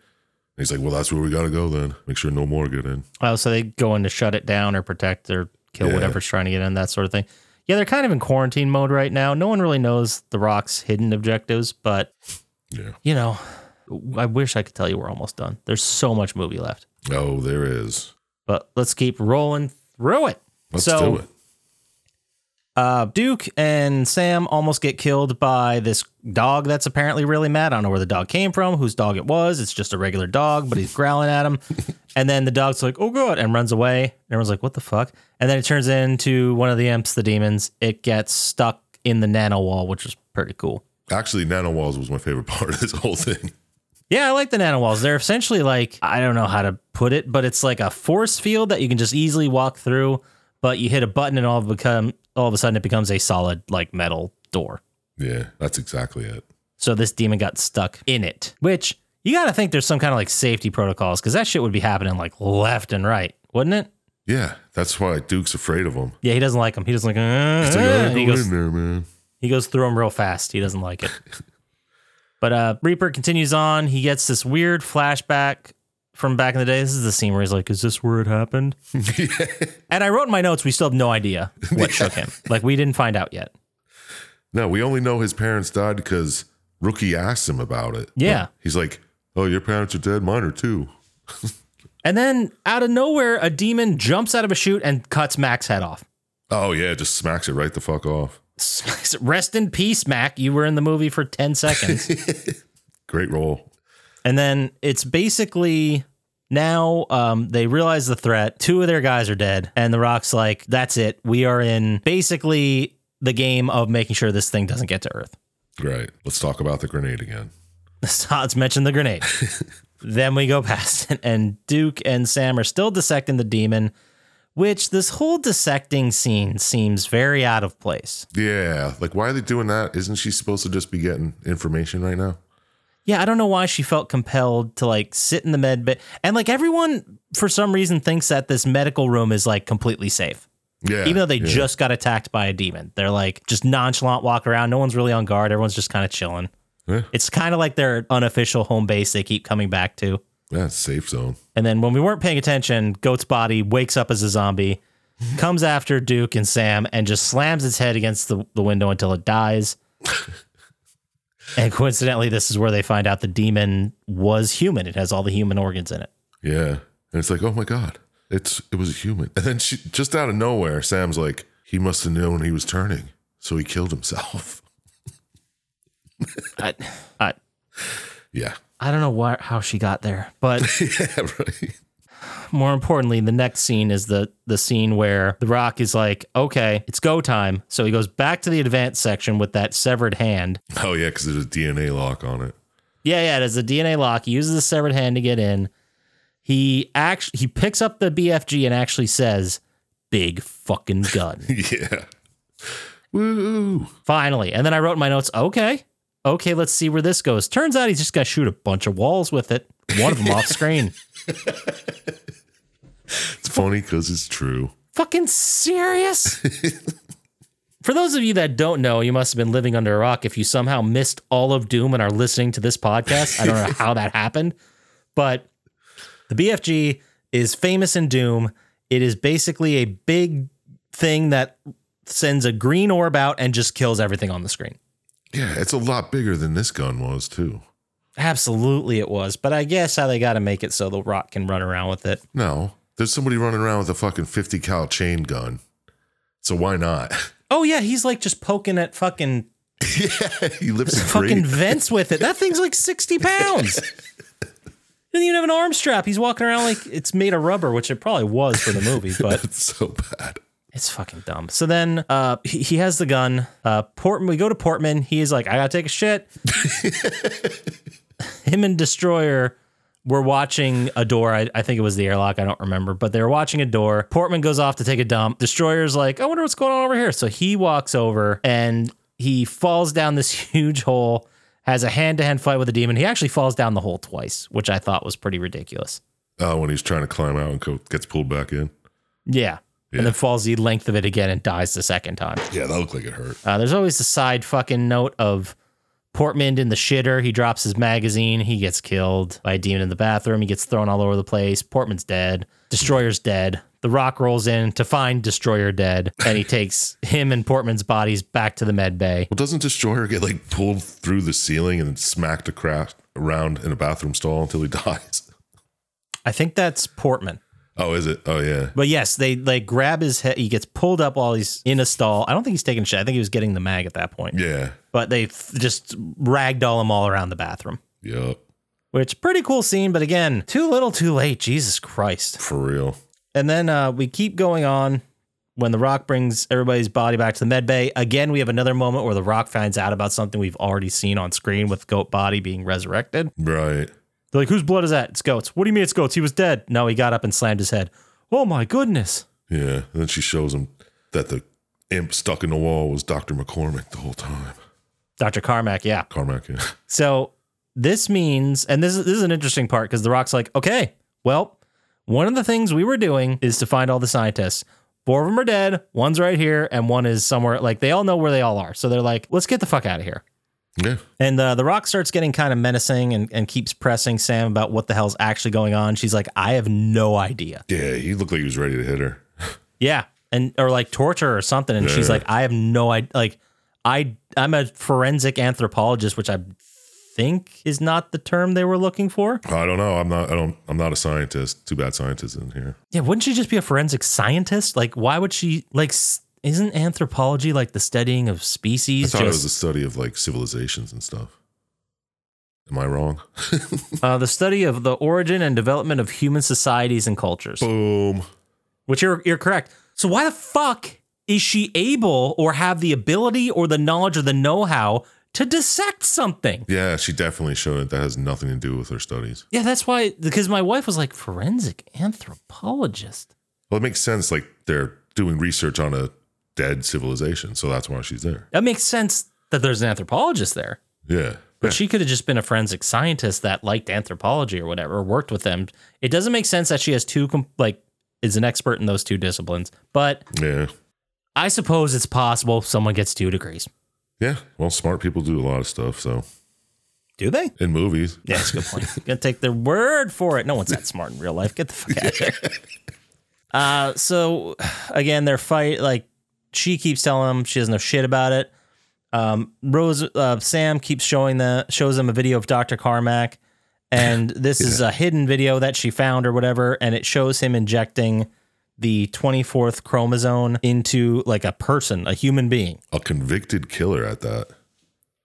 And he's like, well, that's where we got to go then. Make sure no more get in. Oh, so they go in to shut it down or protect or kill Yeah. whatever's trying to get in, that sort of thing. Yeah, they're kind of in quarantine mode right now. No one really knows The Rock's hidden objectives, but Yeah. you know, I wish I could tell you we're almost done. There's so much movie left. Oh, there is. but let's keep rolling through it. Let's so, do it. Uh, Duke and Sam almost get killed by this dog that's apparently really mad. I don't know where the dog came from, whose dog it was. It's just a regular dog, but he's growling at <laughs> him. And then the dog's like, oh, God, and runs away. And everyone's like, what the fuck? And then it turns into one of the imps, the demons. It gets stuck in the nano wall, which is pretty cool. Actually, nanowalls was my favorite <laughs> part of this whole thing. Yeah, I like the nano walls. They're essentially like I don't know how to put it, but it's like a force field that you can just easily walk through. But you hit a button and all of become all of a sudden it becomes a solid like metal door. Yeah, that's exactly it. So this demon got stuck in it, which you got to think there's some kind of like safety protocols because that shit would be happening like left and right, wouldn't it? Yeah, that's why Duke's afraid of him. Yeah, he doesn't like him. He doesn't like. He's "Uh, like, "Oh, uh," I and he ain't goes going in there, man. He goes through them real fast. He doesn't like it. but uh, Reaper continues on. He gets this weird flashback from back in the day. This is the scene where he's like, "Is this where it happened?" <laughs> And I wrote in my notes, "We still have no idea what shook him. Like we didn't find out yet." No, we only know his parents died because Rookie asked him about it. Yeah. He's like, oh, your parents are dead. Mine are too. And then out of nowhere, a demon jumps out of a chute and cuts Mac's head off. <laughs> Oh yeah, just smacks it right the fuck off. Rest in peace, Mac. You were in the movie for ten seconds. Great role. And then it's basically now um, they realize the threat. Two of their guys are dead. And The Rock's like, that's it. We are in basically the game of making sure this thing doesn't get to Earth. <laughs> Right. Let's talk about the grenade again. Let's mention the grenade. then we go past it. And Duke and Sam are still dissecting the demon, which this whole dissecting scene seems very out of place. Yeah. Like, why are they doing that? Isn't she supposed to just be getting information right now? Yeah, I don't know why she felt compelled to like sit in the med bay. And like everyone, for some reason, thinks that this medical room is like completely safe. Yeah. even though they yeah. just got attacked by a demon. They're like just nonchalant walk around. No one's really on guard. Everyone's just kind of chilling. Yeah. It's kind of like their unofficial home base they keep coming back to. Yeah, safe zone. And then when we weren't paying attention, Goat's body wakes up as a <laughs> zombie, comes after Duke and Sam, and just slams its head against the, the window until it <laughs> dies. and coincidentally, this is where they find out the demon was human. It has all the human organs in it. Yeah. And it's like, oh my God. It's it was a human. And then she just out of nowhere, Sam's like, he must have known he was turning. So he killed himself. <laughs> I, I, Yeah. <laughs> I don't know why, how she got there, but yeah, right. more importantly, the next scene is the the scene where The Rock is like, "Okay, it's go time." So he goes back to the advanced section with that severed hand. Oh yeah, because there's a DNA lock on it. <laughs> Yeah, yeah, it has a DNA lock. He uses the severed hand to get in. He actually he picks up the BFG and actually says, "Big fucking gun." yeah. Woo. Finally. And then I wrote in my notes, "Okay. Okay, let's see where this goes." Turns out he's just going to shoot a bunch of walls with it. One of them off screen. It's funny because it's true. Fucking serious? For those of you that don't know, you must have been living under a rock if you somehow missed all of Doom and are listening to this podcast. I don't know how that happened, but the BFG is famous in Doom. It is basically a big thing that sends a green orb out and just kills everything on the screen. Yeah, it's a lot bigger than this gun was too. Absolutely, it was. But I guess how they got to make it so the rock can run around with it. No. There's somebody running around with a fucking 50 cal chain gun. So why not? <laughs> Oh, yeah, he's like just poking at fucking yeah, he lifts a fucking crate. vents with it. That thing's like 60 pounds. Doesn't even have an arm strap. He's walking around like it's made of rubber, which it probably was for the movie, but That's <laughs> so bad. it's fucking dumb. So then uh, he, he has the gun. Uh, Portman, we go to Portman. He's like, I gotta take a shit. Him and Destroyer were watching a door. I, I think it was the airlock. I don't remember, but they were watching a door. Portman goes off to take a dump. Destroyer's like, I wonder what's going on over here. So he walks over and he falls down this <laughs> huge hole, has a hand to hand fight with a demon. He actually falls down the hole twice, which I thought was pretty ridiculous. Oh, when he's trying to climb out and co- gets pulled back in. Yeah. Yeah. And then falls the length of it again and dies the second time. Yeah, that looked like it hurt. Uh, there's always the side fucking note of Portman in the shitter. He drops his magazine. He gets killed by a demon in the bathroom. He gets thrown all over the place. Portman's dead. Destroyer's dead. The Rock rolls in to find Destroyer dead, <laughs> and he takes him and Portman's bodies back to the med bay. Well, doesn't Destroyer get like pulled through the ceiling and smacked a craft around in a bathroom stall until he <laughs> dies? I think that's Portman. Oh, is it? Oh, yeah. But yes, they like grab his head. He gets pulled up while he's in a stall. I don't think he's taking shit. I think he was getting the mag at that point. Yeah. But they th- just ragdoll him all around the bathroom, Yup. which pretty cool scene. But again, too little, too late. Jesus Christ. For real. And then uh, we keep going on when The Rock brings everybody's body back to the med bay. Again, we have another moment where The Rock finds out about something we've already seen on screen with Goat Body being resurrected. Right. They're like, whose blood is that? It's Goat's. What do you mean it's Goat's? He was dead. No, he got up and slammed his head. Oh my goodness. Yeah. And then she shows him that the imp stuck in the wall was Dr. McCormick the whole time. Dr. Carmack, yeah. <laughs> Carmack, yeah. So this means, and this is, this is an interesting part because The Rock's like, okay, well, one of the things we were doing is to find all the scientists. Four of them are dead. One's right here, and one is somewhere. Like they all know where they all are. So they're like, let's get the fuck out of here. Yeah. And uh, the rock starts getting kind of menacing and, and keeps pressing Sam about what the hell's actually going on. She's like, I have no idea. Yeah. He looked like he was ready to hit her. Yeah. And or like torture or something. And she's Yeah. like, I have no idea. Like, I I'm a forensic anthropologist, which I think is not the term they were looking for. I don't know. I'm not, I don't, I'm not a scientist. Too bad scientists in here. Yeah, wouldn't she just be a forensic scientist? Like, why would she like? s- Isn't anthropology like the studying of I species? thought it was Just a study of like civilizations and stuff. Am <laughs> I wrong? uh, the study of the origin and development of human societies and cultures. Boom. Which you're you're correct. So why the fuck is she able or have the ability or the knowledge or the know-how to dissect something? Yeah. She definitely showed it. That has nothing to do with her studies. Yeah, that's why because my wife was like forensic anthropologist. Well, it makes sense. Like they're doing research on a dead civilization, so that's why she's there. That makes sense that there's an anthropologist there. Yeah, But she could have just been a forensic scientist that liked anthropology or whatever, or worked with them. It doesn't make sense that she has two com- like is an expert in those two disciplines. But yeah, I suppose it's possible someone gets two degrees. yeah. Well, smart people do a lot of stuff, so Do they? in movies. Yeah, that's a good point. Gonna take their word for it. No one's that smart in real life. Get the fuck out of here. <laughs> Uh, so again, their fight, like she keeps telling him she doesn't know shit about it. Um, Rose, uh, Sam keeps showing the shows them a video of Dr. Carmack, <laughs> and this is a hidden video that she found or whatever, and it shows him injecting the 24th chromosome into like a person, a human being. A convicted killer at that.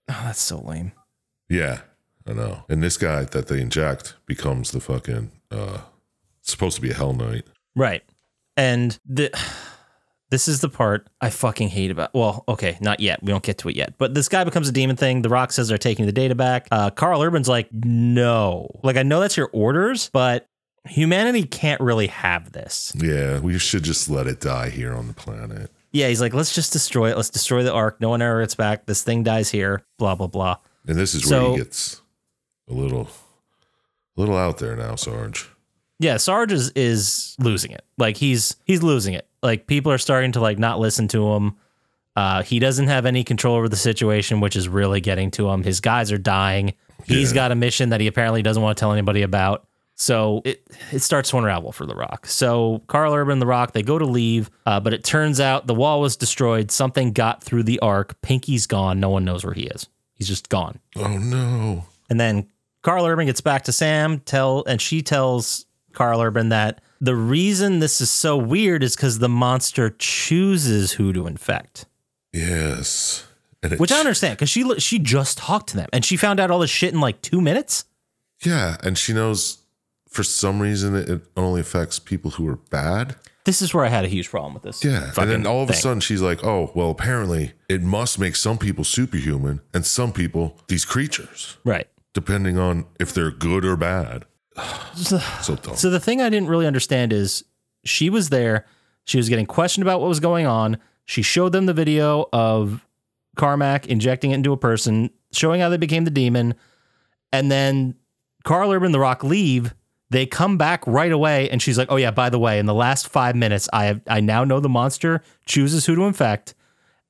Oh, that's so lame. Yeah, I know. And this guy that they inject becomes the fucking uh supposed to be a hell knight. Right. And the <sighs> this is the part I fucking hate about. Well, okay, not yet. We don't get to it yet. But this guy becomes a demon thing. The Rock says they're taking the data back. Uh, Carl Urban's like, no. Like, I know that's your orders, but humanity can't really have this. Yeah, we should just let it die here on the planet. Yeah, he's like, let's just destroy it. Let's destroy the Ark. No one ever gets back. This thing dies here. Blah, blah, blah. And this is So- where he gets a little a little out there now, Sarge. yeah, Sarge is is losing it. Like he's he's losing it. Like people are starting to like not listen to him. Uh, he doesn't have any control over the situation, which is really getting to him. His guys are dying. He's Yeah. got a mission that he apparently doesn't want to tell anybody about. So it it starts to unravel for The Rock. So Carl Urban, and The Rock, they go to leave, uh, but it turns out the wall was destroyed. Something got through the arc. Pinky's gone. No one knows where he is. He's just gone. Oh no. And then Carl Urban gets back to Sam, tell and she tells Carl Urban that the reason this is so weird is because the monster chooses who to infect. Yes. And it, Which I understand because she li- she just talked to them and she found out all this shit in like two minutes. Yeah, and she knows for some reason it, it only affects people who are bad. This is where I had a huge problem with this. Yeah. And fucking then all of a thing. sudden she's like, oh, well, apparently it must make some people superhuman and some people these creatures, right. depending on if they're good <sighs> or bad. so dumb. So the thing I didn't really understand is she was there. She was getting questioned about what was going on. She showed them the video of Carmack injecting it into a person, showing how they became the demon. And then Carl Urban and The Rock leave. They come back right away, and she's like, "Oh yeah, by the way, in the last five minutes, I have, I now know the monster chooses who to infect,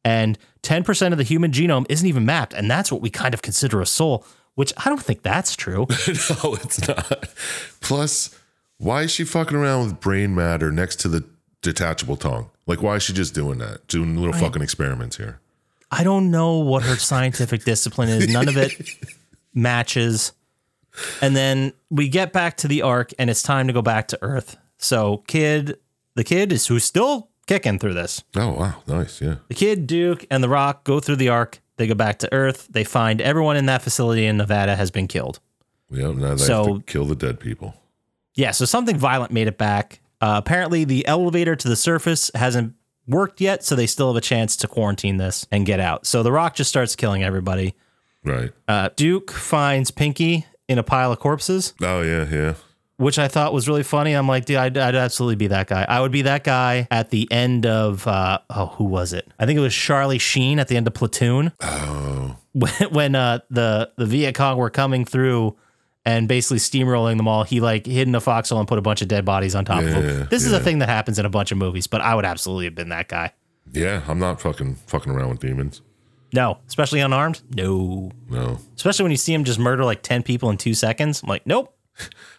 and ten percent of the human genome isn't even mapped, and that's what we kind of consider a soul." Which I don't think that's true. <laughs> no, it's not. Plus, why is she fucking around with brain matter next to the detachable tongue? Like, why is she just doing that? Doing little fucking experiments here. I don't know what her scientific discipline is. None of it matches. And then we get back to the arc and it's time to go back to Earth. So kid, the kid is who's still kicking through this. Oh, wow. Nice. Yeah. The kid, Duke, and the Rock go through the arc. They go back to Earth. They find everyone in that facility in Nevada has been killed. Yeah. Now they have So- to kill the dead people. Yeah, so something violent made it back. Uh, apparently, the elevator to the surface hasn't worked yet, so they still have a chance to quarantine this and get out. So the Rock just starts killing everybody. Right. Uh, Duke finds Pinky in a pile of corpses, Oh, yeah. Yeah. which I thought was really funny. I'm like, dude, I'd, I'd absolutely be that guy. I would be that guy at the end of, uh, oh, who was it? I think it was Charlie Sheen at the end of Platoon Oh, <laughs> when, when uh, the, the Viet Cong were coming through and basically steamrolling them all. He like hid in a foxhole and put a bunch of dead bodies on top of Yeah, them. This is a yeah. thing that happens in a bunch of movies, but I would absolutely have been that guy. yeah. I'm not fucking fucking around with demons. No, especially unarmed. No, No. especially when you see him just murder like 10 people in two seconds. I'm like, nope.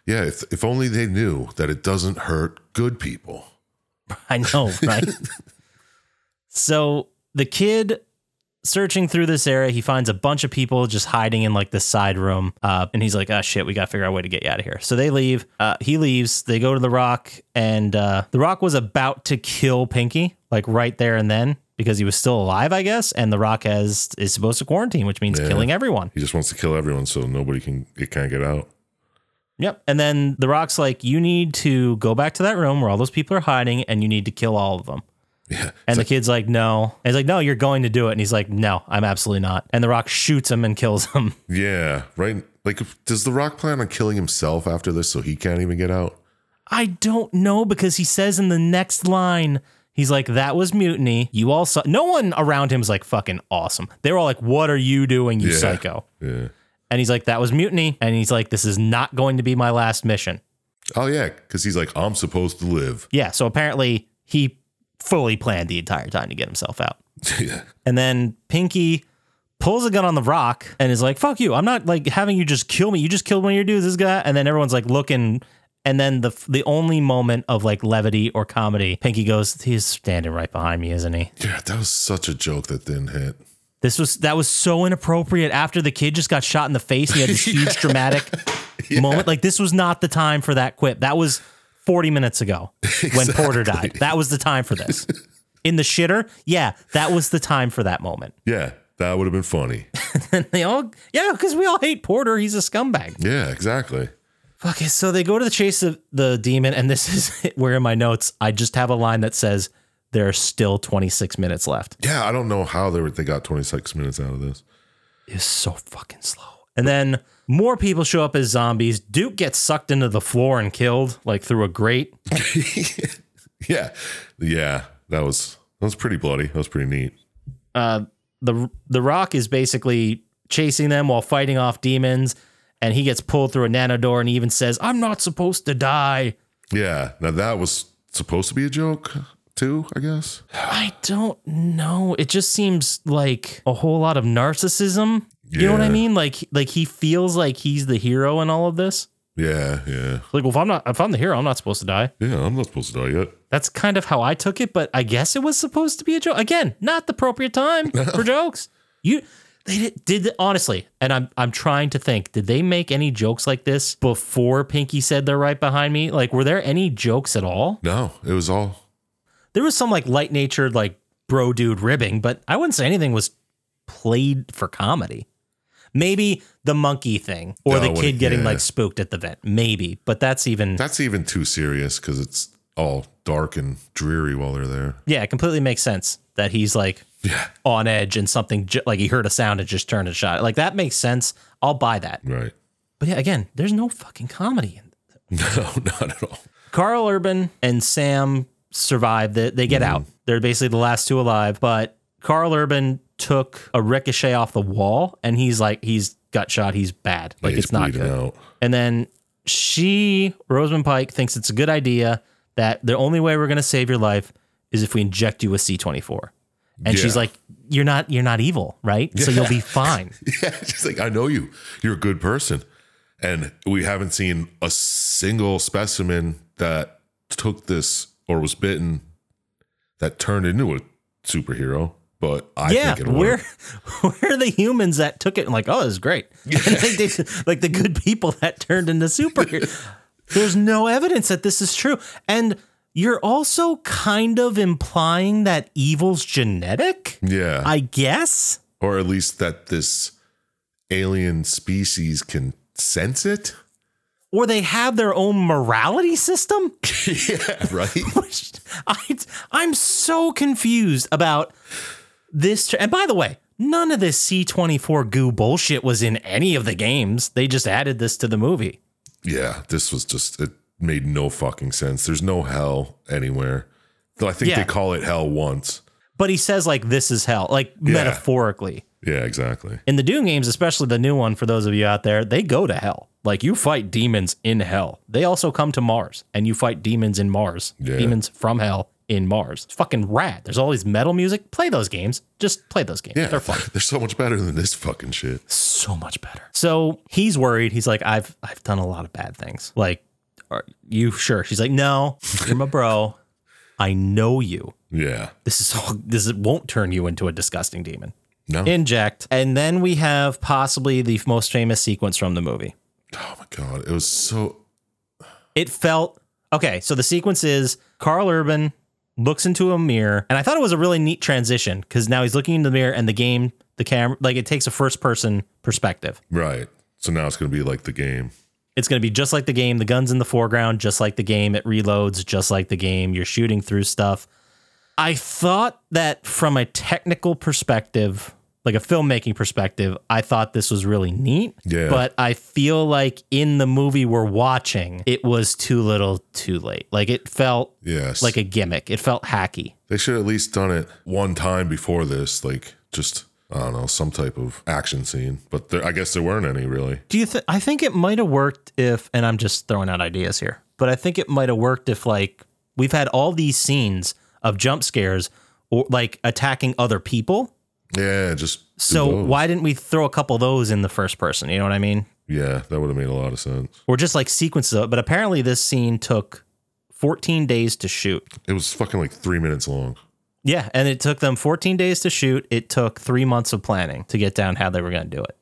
Yeah, if, if only they knew that it doesn't hurt good people. <laughs> I know, right? so the kid searching through this area, he finds a bunch of people just hiding in like this side room. Uh, and he's like, oh shit, we got to figure out a way to get you out of here. So they leave. Uh, he leaves. They go to The Rock, and uh, The Rock was about to kill Pinky, like right there and then. Because he was still alive, I guess, and The Rock has is supposed to quarantine, which means Yeah. killing everyone. He just wants to kill everyone so nobody can it can't get out. Yep. And then The Rock's like, you need to go back to that room where all those people are hiding, and you need to kill all of them. Yeah. And the kid's like, no. And he's like, no, you're going to do it. And he's like, no, I'm absolutely not. And The Rock shoots him and kills him. <laughs> Yeah, right. Like if, does the rock plan on killing himself after this so he can't even get out? I don't know because he says in the next line, he's like, that was mutiny. You all saw. No one around him is like, fucking awesome. They were all like, what are you doing, you Yeah. psycho? Yeah. And he's like, that was mutiny. And he's like, this is not going to be my last mission. Oh yeah, cuz he's like I'm supposed to live. Yeah. So apparently he fully planned the entire time to get himself out. yeah. And then Pinky pulls a gun on the rock and is like, fuck you. I'm not like having you just kill me. You just killed one of your dudes, this guy. And then everyone's like looking. And then the the only moment of like levity or comedy, Pinky goes, he's standing right behind me, isn't he? Yeah, that was such a joke that didn't hit. This was that was so inappropriate after the kid just got shot in the face. He had this huge dramatic moment. Like this was not the time for that quip. That was 40 minutes ago when Porter died. That was the time for this. In the shitter? Yeah, that was the time for that moment. <laughs> Yeah, that would have been funny. And they all Yeah, because we all hate Porter. He's a scumbag. Yeah, exactly. Okay, so they go to the chase of the demon, and this is <laughs> where in my notes, I just have a line that says there are still 26 minutes left. Yeah, I don't know how they were, they got 26 minutes out of this. <laughs> is so fucking slow. And then more people show up as zombies. Duke gets sucked into the floor and killed, like through a grate. Yeah, yeah, that was that was pretty bloody. That was pretty neat. Uh, the The Rock is basically chasing them while fighting off demons, and he gets pulled through a nano door. And he even says, "I'm not supposed to die." Yeah, now that was supposed to be a joke too, I guess. I don't know. It just seems like a whole lot of narcissism. You know what I Yeah. mean? Like, like he feels like he's the hero in all of this. Yeah, yeah, Like, well, if I'm not, if I'm the hero, I'm not supposed to die. yeah. I'm not supposed to die yet. That's kind of how I took it, but I guess it was supposed to be a joke. Again, not the appropriate <laughs> time for jokes. You they did, did honestly, and I'm I'm trying to think, did they make any jokes like this before Pinky said they're right behind me? Like were there any jokes at all? No, it was all There was some like light-natured like bro dude ribbing, but I wouldn't say anything was played for comedy. Maybe the monkey thing or Oh, the when- kid getting yeah. like spooked at the vet. Maybe, but that's even that's even too serious because it's all dark and dreary while they're there. yeah, it completely makes sense that he's like Yeah, on edge and something ju- like he heard a sound and just turned and shot. Like that makes sense. I'll buy that. right. <laughs> But yeah, again, there's no fucking comedy. in No, not at all. Carl Urban and Sam survive. The, they get out. They're basically the last two alive. But Carl Urban took a ricochet off the wall and he's like, he's got shot. He's bad. Like Yeah, it's not bleeding good. out. <laughs> And then she, Rosamund Pike, thinks it's a good idea that the only way we're going to save your life is if we inject you with C24. And she's Yeah. like, "You're not, you're not evil, right? So you'll <laughs> be fine." Yeah, she's like, I know you. You're a good person. And we haven't seen a single specimen that took this or was bitten that turned into a superhero. But I yeah, think it'll where, work. where <laughs> are the humans that took it and like, oh, it's great? <laughs> And they did- like the good people that turned into <laughs> superheroes. There's no evidence that this is true, and you're also kind of implying that evil's genetic, Yeah. I guess. or at least that this alien species can sense it. or they have their own morality system. yeah, <laughs> right? Which I, I'm so confused about this. tr- And by the way, none of this C24 goo bullshit was in any of the games. They just added this to the movie. yeah, this was just, it made no fucking sense. There's no hell anywhere. Though I think Yeah. they call it hell once. But he says, like, this is hell, like metaphorically. Yeah, exactly. In the Doom games, especially the new one, for those of you out there, they go to hell. Like, you fight demons in hell. They also come to Mars, and you fight demons in Mars, Yeah. demons from hell in Mars. It's fucking rad. There's all these metal music. Play those games. Just play those games. Yeah, They're fun. They're so much better than this fucking shit. so much better. So he's worried. He's like, I've I've done a lot of bad things. Like, are you sure? She's like, No, you're my bro. I know you. Yeah. This is all this is- won't turn you into a disgusting demon. No. Inject. And then we have possibly the most famous sequence from the movie. oh my god, it was so. It felt okay. So the sequence is Carl Urban looks into a mirror, and I thought it was a really neat transition because now he's looking into the mirror and the game, the camera, like it takes a first person perspective. Right. So now it's gonna be like the game. It's going to be just like the game. The gun's in the foreground, just like the game. It reloads, just like the game. You're shooting through stuff. I thought that from a technical perspective, like a filmmaking perspective, I thought this was really neat. Yeah. But I feel like in the movie we're watching, it was too little too late. Like it felt Yes. like a gimmick, it felt hacky. they should at least done it one time before this, like just I don't know, some type of action scene. But there, I guess there weren't any really. Do you think? I think it might have worked if, and I'm just throwing out ideas here, but I think it might have worked if, like, we've had all these scenes of jump scares or like attacking other people. Yeah, just do So those. why didn't we throw a couple of those in the first person? You know what I mean? Yeah, that would have made a lot of sense. Or just like sequences of it. But apparently this scene took 14 days to shoot. It was fucking like three minutes long. Yeah, and it took them 14 days to shoot. It took three months of planning to get down how they were going to do it.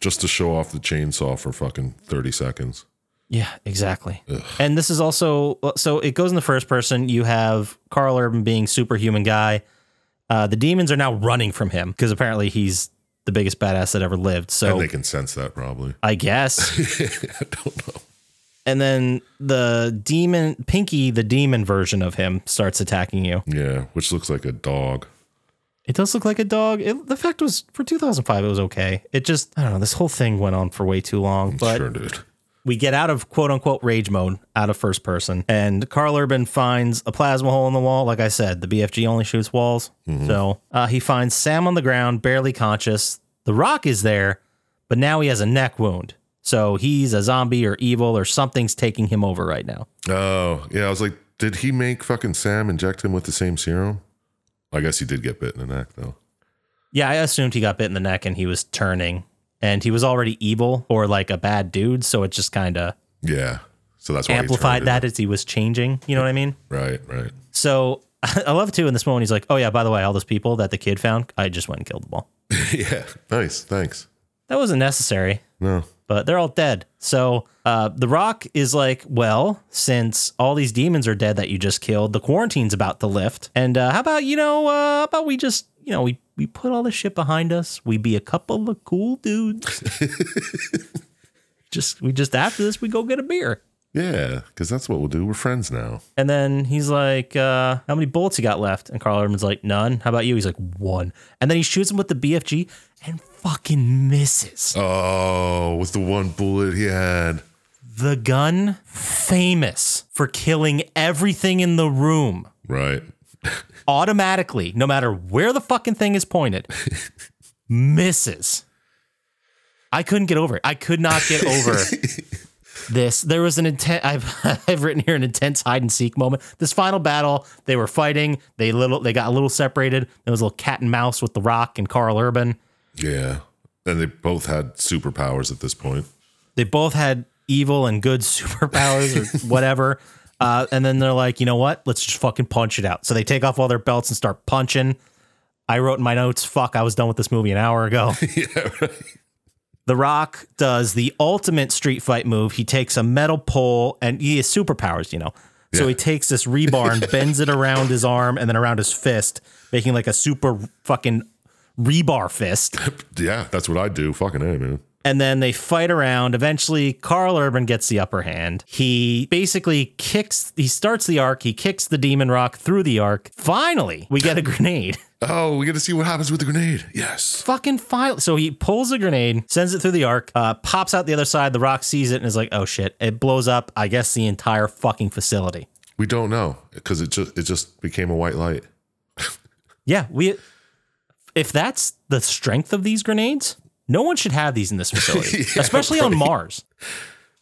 just to show off the chainsaw for fucking 30 seconds. Yeah, exactly. And this is also uh, so it goes in the first person. You have Carl Urban being superhuman guy. Uh, the demons are now running from him because apparently he's the biggest badass that ever lived. And So they can sense that probably. I guess <laughs> I don't know. and then the demon pinky the demon version of him starts attacking you Yeah, which looks like a dog. it does look like a dog it, the fact was for 2005 it was okay it just i don't know this whole thing went on for way too long but sure, dude. we get out of quote unquote rage mode out of first person and carl urban finds a plasma hole in the wall like i said the bfg only shoots walls Mm-hmm. so uh, he finds sam on the ground barely conscious the rock is there but now he has a neck wound so he's a zombie or evil or something's taking him over right now Oh, yeah. I was like, did he make fucking Sam inject him with the same serum? I guess he did get bit in the neck, though. Yeah, I assumed he got bit in the neck and he was turning. And he was already evil or like a bad dude, so it just kind of Yeah. So that's why he amplified turned it. that as he was changing. You know what I mean? Right, right. So <laughs> I love too in this moment he's like, "Oh yeah, by the way, all those people that the kid found, I just went and killed them all. <laughs> yeah. Nice. Thanks. That wasn't necessary, No. but they're all dead." So uh, the Rock is like, "Well, since all these demons are dead that you just killed, the quarantine's about to lift. And uh, how about you know, uh, how about we just you know we we put all this shit behind us. We be a couple of cool dudes." <laughs> just we just after this we go get a beer Yeah, because that's what we'll do. We're friends now. and then he's like uh how many bullets you got left and carl urban's like none how about you he's like one and then he shoots him with the bfg and fucking misses Oh, with the one bullet he had. the gun famous for killing everything in the room Right. automatically no matter where the fucking thing is pointed misses i couldn't get over it i could not get over this there was an intent <laughs> i've i've written here an intense hide and seek moment this final battle they were fighting they little they got a little separated there was a little cat and mouse with the rock and carl urban Yeah. And they both had superpowers at this point. they both had evil and good <laughs> superpowers <laughs> or whatever. Uh, and then they're like, you know what? Let's just fucking punch it out. So they take off all their belts and start punching. I wrote in my notes, fuck, I was done with this movie an hour ago. <laughs> yeah, right. the Rock does the ultimate street fight move. He takes a metal pole and he has superpowers, you know. So Yeah. he takes this rebar <laughs> and bends it around his arm and then around his fist, making like a super fucking rebar fist. Yeah, that's what I do. Fucking A, man. And then they fight around. Eventually, Carl Urban gets the upper hand. He basically kicks, he starts the arc, he kicks the demon rock through the arc. Finally, we get a <laughs> grenade. Oh, we got to see what happens with the grenade. Yes. Fucking file. So he pulls a grenade, sends it through the arc, uh, pops out the other side. The rock sees it and is like, oh shit. It blows up, I guess, the entire fucking facility. We don't know because it just it just became a white light. Yeah, we. If that's the strength of these grenades, no one should have these in this facility, especially on Mars.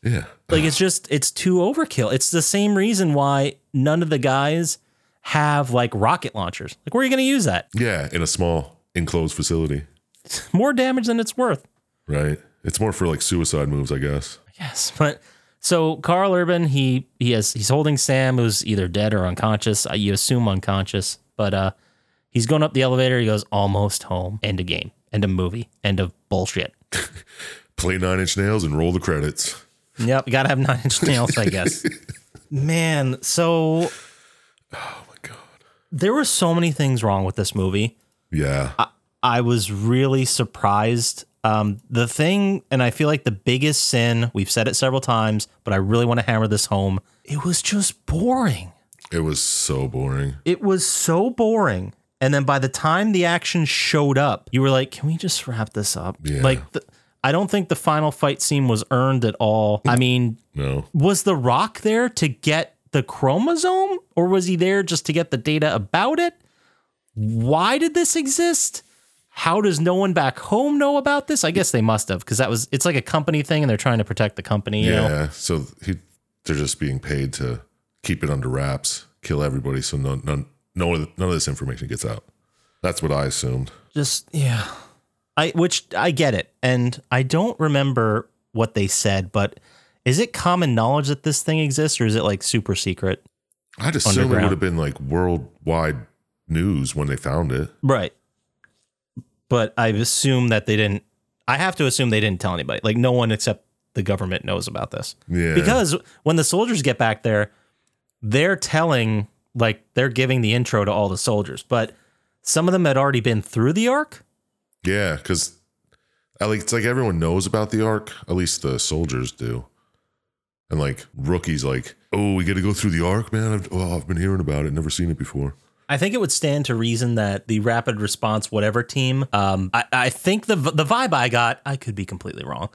Yeah. like it's just it's too overkill. It's the same reason why none of the guys have like rocket launchers. Like where are you going to use that? <laughs> Yeah, in a small enclosed facility, More damage than it's worth. right? It's more for like suicide moves, I guess. Yes, but so Carl Urban he he has he's holding Sam who's either dead or unconscious. I You assume unconscious, but uh he's going up the elevator. He goes almost home. End of game. End of movie. End of bullshit. Play Nine Inch Nails and roll the credits. Yep, you gotta have nine inch nails, I <laughs> guess. Man, so Oh my god. there were so many things wrong with this movie. Yeah. I was really surprised. Um, the thing, and I feel like the biggest sin, we've said it several times, but I really want to hammer this home. It was just boring. It was so boring. It was so boring. And then by the time the action showed up, you were like, can we just wrap this up? Yeah. Like, the, I don't think the final fight scene was earned at all. I mean, No. was The Rock there to get the chromosome or was he there just to get the data about it? Why did this exist? How does no one back home know about this? I guess they must have because that was it's like a company thing and they're trying to protect the company, you Yeah. know. So he they're just being paid to keep it under wraps, kill everybody so none none no, none of this information gets out. That's what I assumed. just yeah i which i get it and i don't remember what they said but is it common knowledge that this thing exists or is it like super secret I'd assume it Underground. would have been like worldwide news when they found it. right but i assume that they didn't i have to assume they didn't tell anybody like no one except the government knows about this Yeah. because when the soldiers get back there they're telling like they're giving the intro to all the soldiers but some of them had already been through the arc yeah, because like it's like everyone knows about the arc. At least the soldiers do. And like rookies, like, oh, we got to go through the arc, man. I've, oh, I've been hearing about it, never seen it before. I think it would stand to reason that the rapid response, whatever team, um, I, I think the the vibe I got, I could be completely wrong,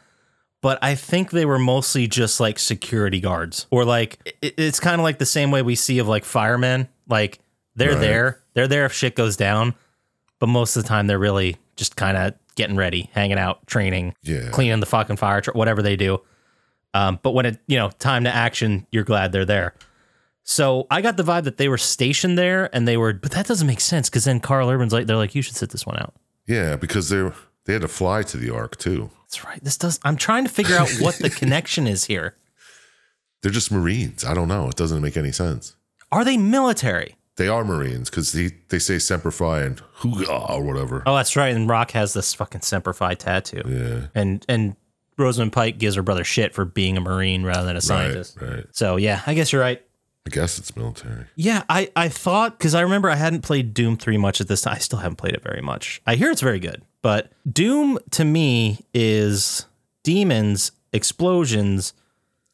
but I think they were mostly just like security guards, or like it, it's kind of like the same way we see of like firemen, like they're Right. there, they're there if shit goes down, but most of the time they're really just kind of getting ready, hanging out, training, Yeah. cleaning the fucking fire truck, whatever they do. Um, but when it, you know, time to action, you're glad they're there. So I got the vibe that they were stationed there and they were, but that doesn't make sense because then Carl Urban's like, they're like, you should sit this one out. Yeah, because they they had to fly to the arc too. That's right. This does. I'm trying to figure out what <laughs> the connection is here. They're just Marines. I don't know. It doesn't make any sense. Are they military? They are Marines because they, they say Semper Fi and Hooga or whatever. Oh, that's right. And Rock has this fucking Semper Fi tattoo. Yeah. And and Rosamund Pike gives her brother shit for being a Marine rather than a Right. scientist. Right. So yeah, I guess you're right. I guess it's military. Yeah, I, I thought because I remember I hadn't played Doom 3 much at this time. I still haven't played it very much. I hear it's very good, but Doom to me is demons, explosions,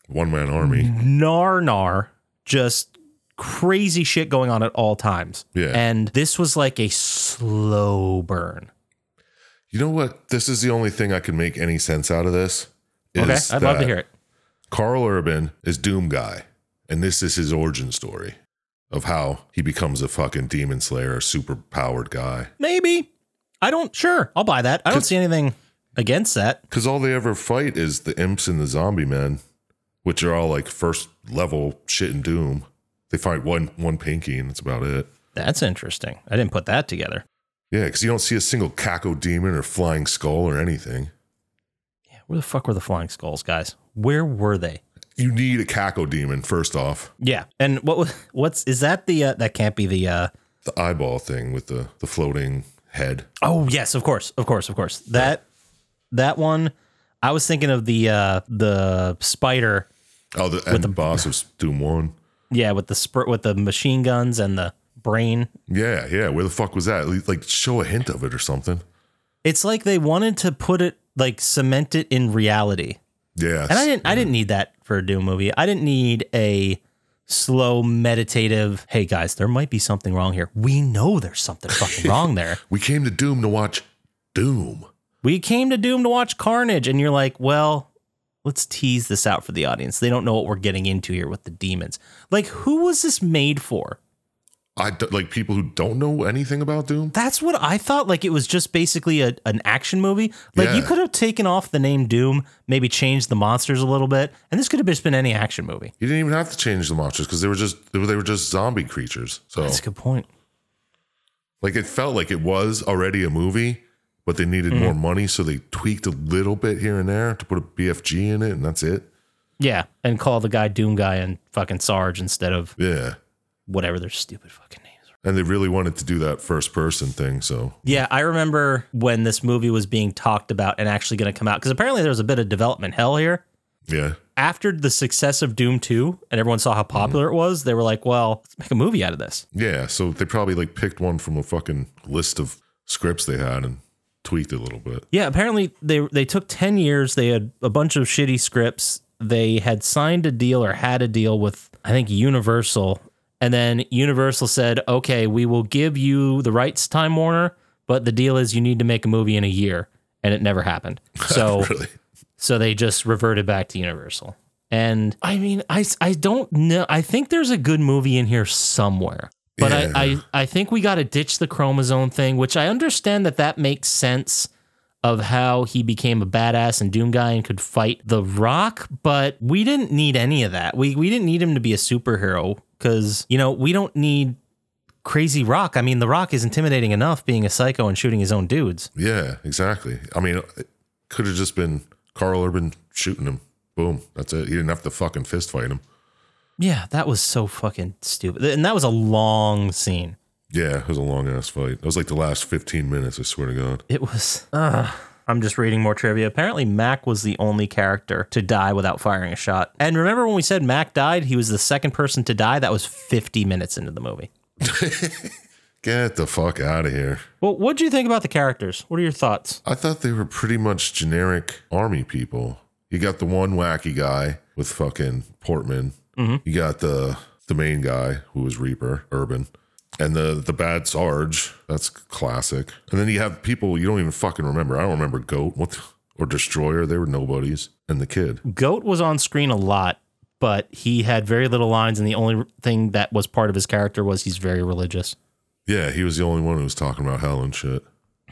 One man Mm-hmm. army. gnar gnar, just crazy shit going on at all times. Yeah. And this was like a slow burn. You know what? This is the only thing I can make any sense out of this. Okay. is I'd love to that hear it. Carl Urban is Doom Guy, and this is his origin story of how he becomes a fucking demon slayer, super powered guy. Maybe. I don't sure. I'll buy that. I don't see anything against that. Because all they ever fight is the imps and the zombie men, which are all like first level shit in Doom. They fight one one pinky, and that's about it. That's interesting. I didn't put that together. Yeah, because you don't see a single caco demon or flying skull or anything. Yeah, where the fuck were the flying skulls, guys? Where were they? You need a caco demon first off. Yeah, and what was what's is that the uh, that can't be the uh The eyeball thing with the the floating head. oh yes of course of course of course that that one I was thinking of the uh the spider Oh, the, and the <laughs> boss of Doom One. yeah with the spurt with the machine guns and the brain Yeah, yeah. Where the fuck was that? At least, Like, show a hint of it or something. it's like they wanted to put it like cement it in reality Yeah, and I didn't I didn't need that for a Doom movie I didn't need a slow meditative hey guys there might be something wrong here we know there's something fucking wrong there we came to Doom to watch Doom. we came to Doom to watch Carnage, and you're like, well, let's tease this out for the audience. They don't know what we're getting into here with the demons. Like, who was this made for? I d- like people who don't know anything about Doom. That's what I thought. Like, it was just basically a, an action movie. Like, you Yeah. could have taken off the name Doom, maybe changed the monsters a little bit, and this could have just been any action movie. You didn't even have to change the monsters because they were just they were, they were just zombie creatures. So That's a good point. like it felt like it was already a movie, but they needed more money, so they tweaked a little bit here and there to put a BFG in it, and that's it. Yeah, and call the guy Doom guy and fucking Sarge instead of Yeah, whatever their stupid fucking names. were. and they really wanted to do that first person thing. So Yeah, I remember when this movie was being talked about and actually going to come out because apparently there was a bit of development hell here. yeah, after the success of Doom 2 and everyone saw how popular it was, they were like, well, let's make a movie out of this. Yeah, so they probably like picked one from a fucking list of scripts they had and tweaked it a little bit. Yeah, apparently they they took 10 years, they had a bunch of shitty scripts. They had signed a deal or had a deal with I think Universal, and then Universal said, "Okay, we will give you the rights Time Warner, but the deal is you need to make a movie in a year." And it never <laughs> happened. So really? So they just reverted back to Universal. And I mean, I, I don't know. I think there's a good movie in here somewhere. But Yeah. I, I, I think we got to ditch the chromosome thing, which I understand that that makes sense of how he became a badass and Doom guy and could fight The Rock. But we didn't need any of that. We, we didn't need him to be a superhero because, you know, we don't need crazy Rock. I mean, The Rock is intimidating enough being a psycho and shooting his own dudes. Yeah, exactly. I mean, it could have just been Carl Urban shooting him. Boom. That's it. He didn't have to fucking fist fight him. Yeah, that was so fucking stupid. And that was a long scene. Yeah, it was a long ass fight. It was like the last 15 minutes, I swear to God. It was. Ugh. I'm just reading more trivia. Apparently, Mac was the only character to die without firing a shot. And remember when we said Mac died? He was the second person to die. That was 50 minutes into the movie. Get the fuck out of here. Well, what do you think about the characters? What are your thoughts? I thought they were pretty much generic army people. You got the one wacky guy with fucking Portman. You got the the main guy who was Reaper Urban, and the the bad Sarge. That's classic. And then you have people you don't even fucking remember. I don't remember Goat what the, or Destroyer. They were nobodies. And the kid. Goat was on screen a lot, but he had very little lines, and the only thing that was part of his character was he's very religious. Yeah, he was the only one who was talking about hell and shit.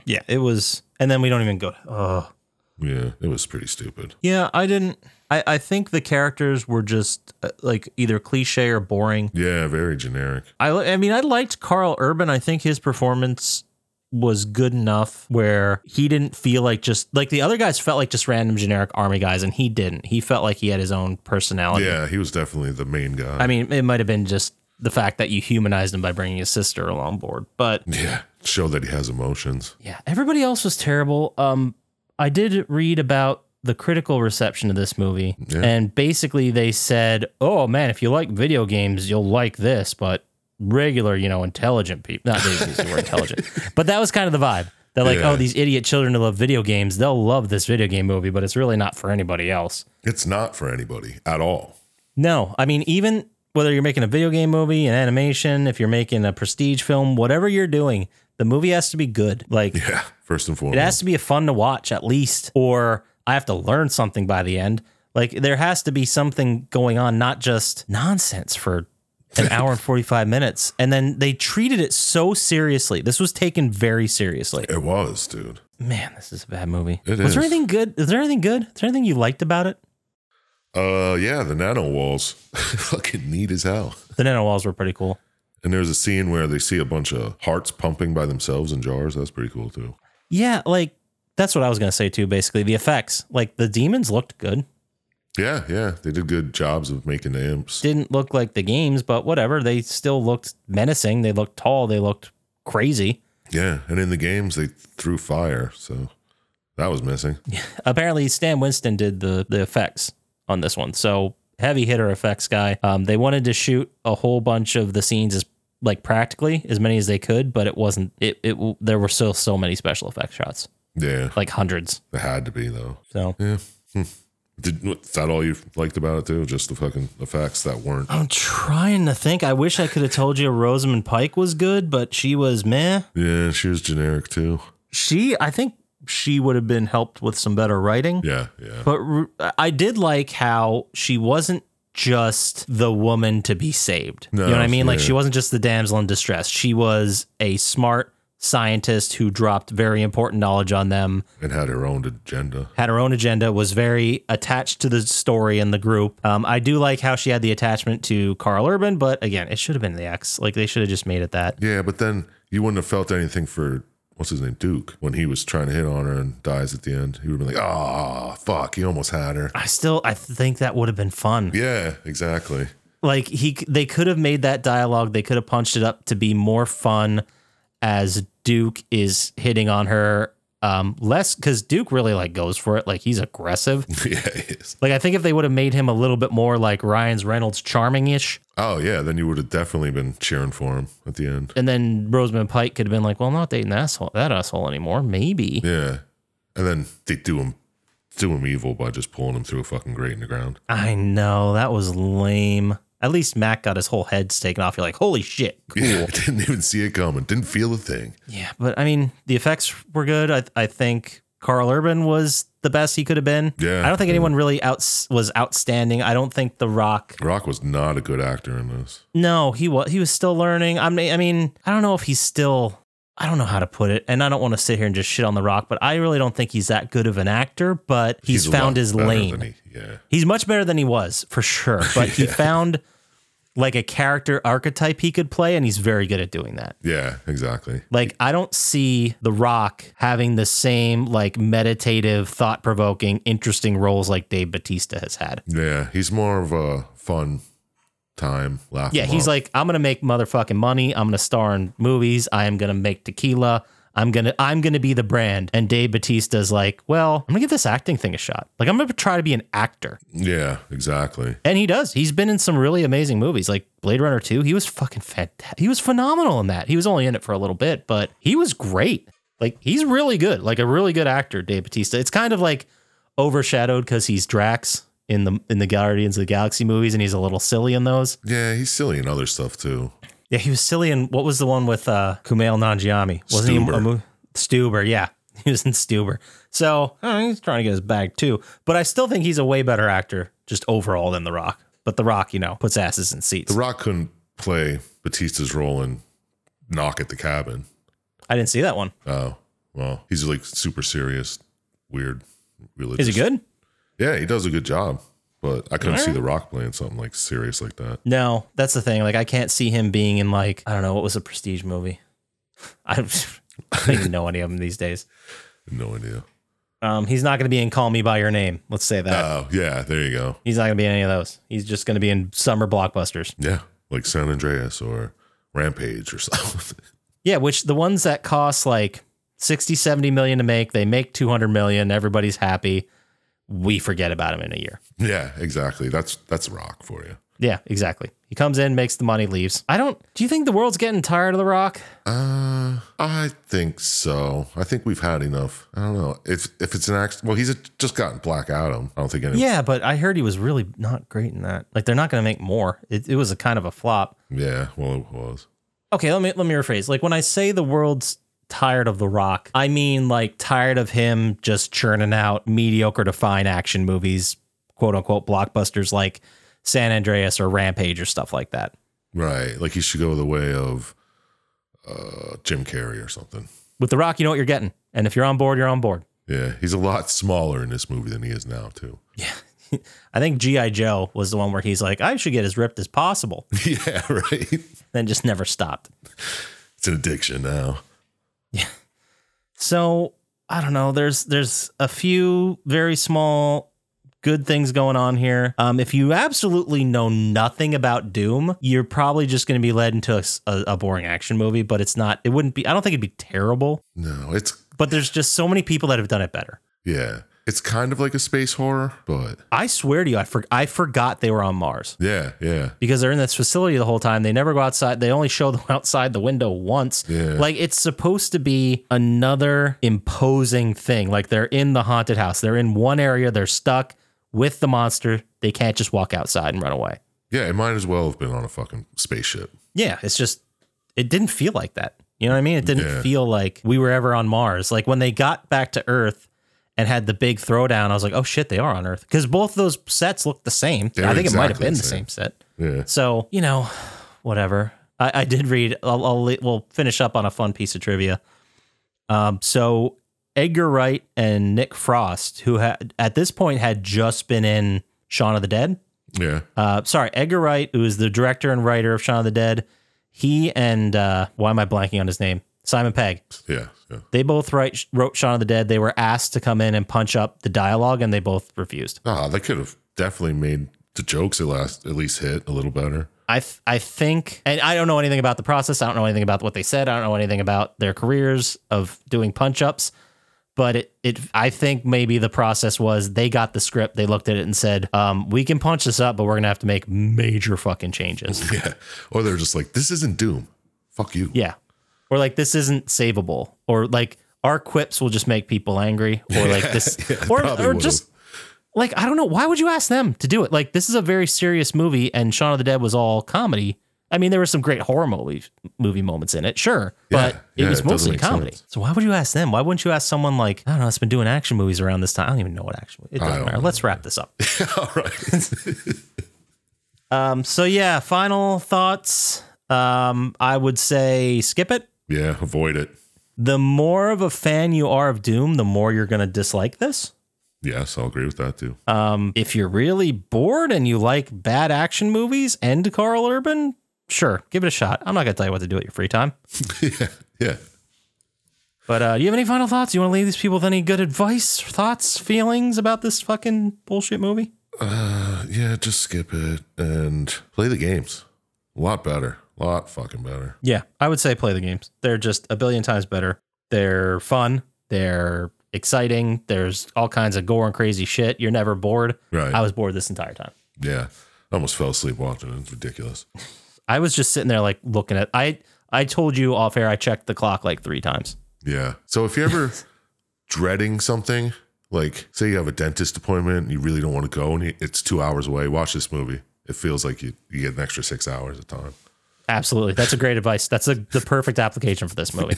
Yeah, it was. And then we don't even go. Oh, Yeah, it was pretty stupid. yeah. I didn't. I I think the characters were just uh, like either cliche or boring. Yeah, very generic. I li- I mean, I liked Carl Urban. I think his performance was good enough where he didn't feel like just like the other guys felt like just random generic army guys, and he didn't. He felt like he had his own personality. Yeah, he was definitely the main guy. I mean, it might have been just the fact that you humanized him by bringing his sister along board, but yeah, show that he has emotions. yeah, everybody else was terrible. Um, I did read about the critical reception of this movie, Yeah. and basically they said, "Oh man, if you like video games, you'll like this," but regular, you know, intelligent people. Not these were <laughs> intelligent, but that was kind of the vibe. They're like, Yeah. "Oh, these idiot children who love video games, they'll love this video game movie, but it's really not for anybody else." It's not for anybody at all. No, I mean, even whether you're making a video game movie, an animation, if you're making a prestige film, whatever you're doing, the movie has to be good. Like, Yeah, first and foremost. it has to be a fun to watch at least, or I have to learn something by the end. Like, there has to be something going on, not just nonsense for an hour and 45 minutes. And then they treated it so seriously. This was taken very seriously. It was, dude. Man, this is a bad movie. It was there is. anything good? Is there anything good? Is there anything you liked about it? Uh, yeah, the nano walls, <laughs> fucking neat as hell. The nano walls were pretty cool. And there's a scene where they see a bunch of hearts pumping by themselves in jars. That's pretty cool too. Yeah, like that's what I was gonna say too. Basically, the effects, like the demons looked good. Yeah, yeah, they did good jobs of making the imps. Didn't look like the games, but whatever. They still looked menacing. They looked tall. They looked crazy. Yeah, and in the games they threw fire, so that was missing. Apparently, Stan Winston did the the effects on this one. So heavy hitter effects guy. Um, they wanted to shoot a whole bunch of the scenes as like practically as many as they could, but it wasn't. It it w- there were still so many special effects shots, Yeah, like hundreds. it had to be though. So Yeah. Hmm. Did was that all you liked about it too? Just the fucking effects that weren't. I'm trying to think. I wish I could have told you Rosamund Pike was good, but she was meh. Yeah, she was generic too. She, I think she would have been helped with some better writing. Yeah, yeah, But Ru- I did like how she wasn't just the woman to be saved. No, you know what I mean? Like yeah. she wasn't just the damsel in distress. She was a smart scientist who dropped very important knowledge on them and had her own agenda. had her own agenda, was very attached to the story and the group. Um, I do like how she had the attachment to Carl Urban, but again, it should have been the ex. Like they should have just made it that. Yeah, but then you wouldn't have felt anything for what's his name, Duke, when he was trying to hit on her and dies at the end. He would have been like, "Ah, fuck, he almost had her." I still, I think that would have been fun. <laughs> Yeah, exactly. <laughs> Like he, c- they could have made that dialogue. They could have punched it up to be more fun as Duke is hitting on her. Um, less because Duke really like goes for it. Like he's aggressive. yeah. he is. Like I think if they would have made him a little bit more like Ryan's Reynolds charming ish, Oh yeah, then you would have definitely been cheering for him at the end. and then Rosamund Pike could have been like, "Well, I'm not dating that asshole, that asshole anymore. Maybe." Yeah, and then they do him do him evil by just pulling him through a fucking grate in the ground. I know that was lame. At least Mac got his whole head taken off. You're like, "Holy shit, cool." Yeah, Yeah, I <laughs> didn't even see it coming. Didn't feel a thing. but I mean, the effects were good. I, I think Carl Urban was the best he could have been. Yeah, I don't think yeah. anyone really outs was outstanding. I don't think The Rock. Rock was not a good actor in this. No, he was he was still learning. I mean, I mean, I don't know if he's still. I don't know how to put it, and I don't want to sit here and just shit on The Rock, but I really don't think he's that good of an actor. But he's, a found lot his better lane. than he- yeah, <laughs> He's much better than he was for sure, but he found like a character archetype he could play, and he's very good at doing that. Yeah, exactly. Like, I don't see The Rock having the same like meditative, thought provoking, interesting roles like Dave Batista has had. Yeah, he's more of a fun time laugh. Yeah, him he's up. like, I'm gonna make motherfucking money. I'm gonna star in movies. I am gonna make tequila. I'm gonna I'm gonna be the brand. And Dave Batista's like, well, I'm gonna give this acting thing a shot. Like I'm gonna try to be an actor. yeah, exactly. And he does. He's been in some really amazing movies, like Blade Runner 2. He was fucking fantastic. He was phenomenal in that. He was only in it for a little bit, but he was great. Like he's really good, like a really good actor, Dave Batista. It's kind of like overshadowed because he's Drax in the in the Guardians of the Galaxy movies, and he's a little silly in those. Yeah, he's silly in other stuff too. Yeah, he was silly in what was the one with uh, Kumail Nanjiani? Wasn't he a Stuber. mo- Stuber? Yeah, <laughs> he was in Stuber. So uh, he's trying to get his bag too. But I still think he's a way better actor just overall than The Rock. But The Rock, you know, puts asses in seats. The Rock couldn't play Batista's role in Knock at the Cabin. I didn't see that one. Oh, well, he's like super serious, weird, religious. Is it good? Yeah, he does a good job, but I couldn't see The Rock playing something like serious like that. No, that's the thing. Like I can't see him being in like I don't know what was a prestige movie. <laughs> I don't <laughs> I don't even know any of them these days. No idea. Um, he's not going to be in Call Me by Your Name. Let's say that. Oh, yeah, there you go. he's not going to be in any of those. He's just going to be in summer blockbusters. Yeah, like San Andreas or Rampage or <laughs> something. Yeah, which the ones that cost like 60, 70 million to make, they make 200 million, everybody's happy. We forget about him in a year. yeah, exactly. That's that's Rock for you. Yeah, exactly. He comes in, makes the money, leaves. I don't, do you think the world's getting tired of The Rock? Uh, I think so. I think we've had enough. I don't know if if it's an act. Well, he's a, just gotten Black Adam. I don't think any. Yeah, but I heard he was really not great in that. Like, they're not going to make more. It, it was a kind of a flop. Yeah, well, it was. Okay, let me let me rephrase. Like when I say the world's tired of The Rock, I mean like tired of him just churning out mediocre to fine action movies, quote unquote blockbusters like San Andreas or Rampage or stuff like that. Right. Like he should go the way of uh, Jim Carrey or something. With The Rock, you know what you're getting, and if you're on board, you're on board. <laughs> Yeah, he's a lot smaller in this movie than he is now too. <laughs> I think G.I. Joe was the one where he's like, I should get as ripped as possible, <laughs> yeah, right. then just never stopped. It's an addiction now. So I don't know. There's there's a few very small good things going on here. Um, if you absolutely know nothing about Doom, you're probably just going to be led into a, s- a- a boring action movie. But it's not. It wouldn't be. I don't think it'd be terrible. No, it's But there's just so many people that have done it better. yeah. It's kind of like a space horror, but I swear to you, I for, I forgot they were on Mars yeah, yeah. because they're in this facility the whole time. They never go outside. They only show them <laughs> outside the window once. Yeah. Like it's supposed to be another imposing thing. Like they're in the haunted house. They're in one area. They're stuck with the monster. They can't just walk outside and run away. Yeah, it might as well have been on a fucking spaceship. Yeah, it's just it didn't feel like that. You know what I mean? It didn't Yeah. feel like we were ever on Mars. Like when they got back to Earth and had the big throwdown, I was like, "Oh shit, they are on Earth." Cuz both those sets looked the same. They're I think it might have exactly been the the same set. Yeah. So, you know, whatever. I, I did read, I'll, I'll, li- we'll finish up on a fun piece of trivia. Um, so, Edgar Wright and Nick Frost, who had at this point had just been in Shaun of the Dead. Yeah. Uh, sorry, Edgar Wright, who is the director and writer of Shaun of the Dead, he and uh, why am I blanking on his name? Simon Pegg. Yeah. Yeah. They both write, wrote Shaun of the Dead. They were asked to come in and punch up the dialogue, and they both refused. Ah, they could have definitely made the jokes at last at least hit a little better. <laughs> I th- I think, and I don't know anything about the process. I don't know anything about what they said. I don't know anything about their careers of doing punch ups. But it, it, I think maybe the process was they got the script, they looked at it and said, um, "We can punch this up, but we're gonna have to make major fucking changes." Yeah. Or they're just like, this isn't Doom. Fuck you. yeah, or like this isn't savable, or like our quips will just make people angry, or <laughs> like this, Yeah, or probably or would've. just like I don't know. Why would you ask them to do it? Like this is a very serious movie, and Shaun of the Dead was all comedy. I mean, there were some great horror movie movie moments in it, sure, but Yeah, it yeah, was it doesn't mostly make comedy. sense. So why would you ask them? Why wouldn't you ask someone like I don't know? It's been doing action movies around this time. I don't even know what action. It doesn't don't matter. know. Let's wrap this up. <laughs> All right. um. So yeah, final thoughts. Um. I would say skip it. yeah. Avoid it. The more of a fan you are of Doom, the more you're going to dislike this. Yes, I'll agree with that too. Um, if you're really bored and you like bad action movies and Carl Urban, sure, give it a shot. I'm not gonna tell you what to do at your free time. <laughs> yeah, yeah. But uh, do you have any final thoughts? You want to leave these people with any good advice, thoughts, feelings about this fucking bullshit movie? Uh, yeah, just skip it and play the games. A lot better. A lot fucking better. Yeah, I would say play the games. They're just a billion times better. They're fun. They're exciting. There's all kinds of gore and crazy shit. You're never bored. Right. I was bored this entire time. yeah. I almost fell asleep watching it. It's ridiculous. I was just sitting there like looking at. I I told you off air. I checked the clock like three times. Yeah. So if you're ever dreading something, like say you have a dentist appointment and you really don't want to go and you- it's two hours away, watch this movie. It feels like you, you get an extra six hours of time. Absolutely. That's a great advice. That's a, the perfect application for this movie.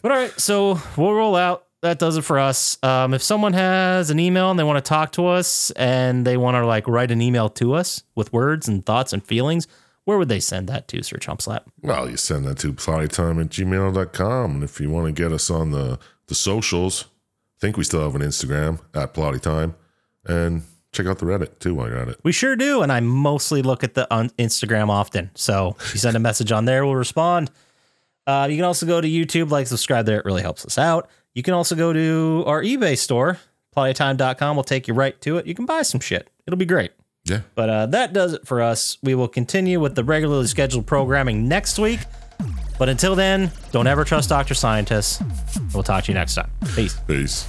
but all right, so we'll roll out. That does it for us. Um, if someone has an email and they want to talk to us and they want to like write an email to us with words and thoughts and feelings, where would they send that to, Sir Chumpslap? Well, you send that to plottytime at gmail.com. And if you want to get us on the, the socials, I think we still have an Instagram at plottytime. And check out the Reddit too while you're at it. We sure do, and I mostly look at the on Instagram often. So if you send a message on there, we'll respond. Uh, you can also go to YouTube, like, subscribe there. It really helps us out. You can also go to our eBay store, plottytime.com. We'll take you right to it. You can buy some shit. It'll be great. Yeah. But uh, that does it for us. We will continue with the regularly scheduled programming next week. But until then, don't ever trust Dr. Scientists. We'll talk to you next time. Peace. Peace.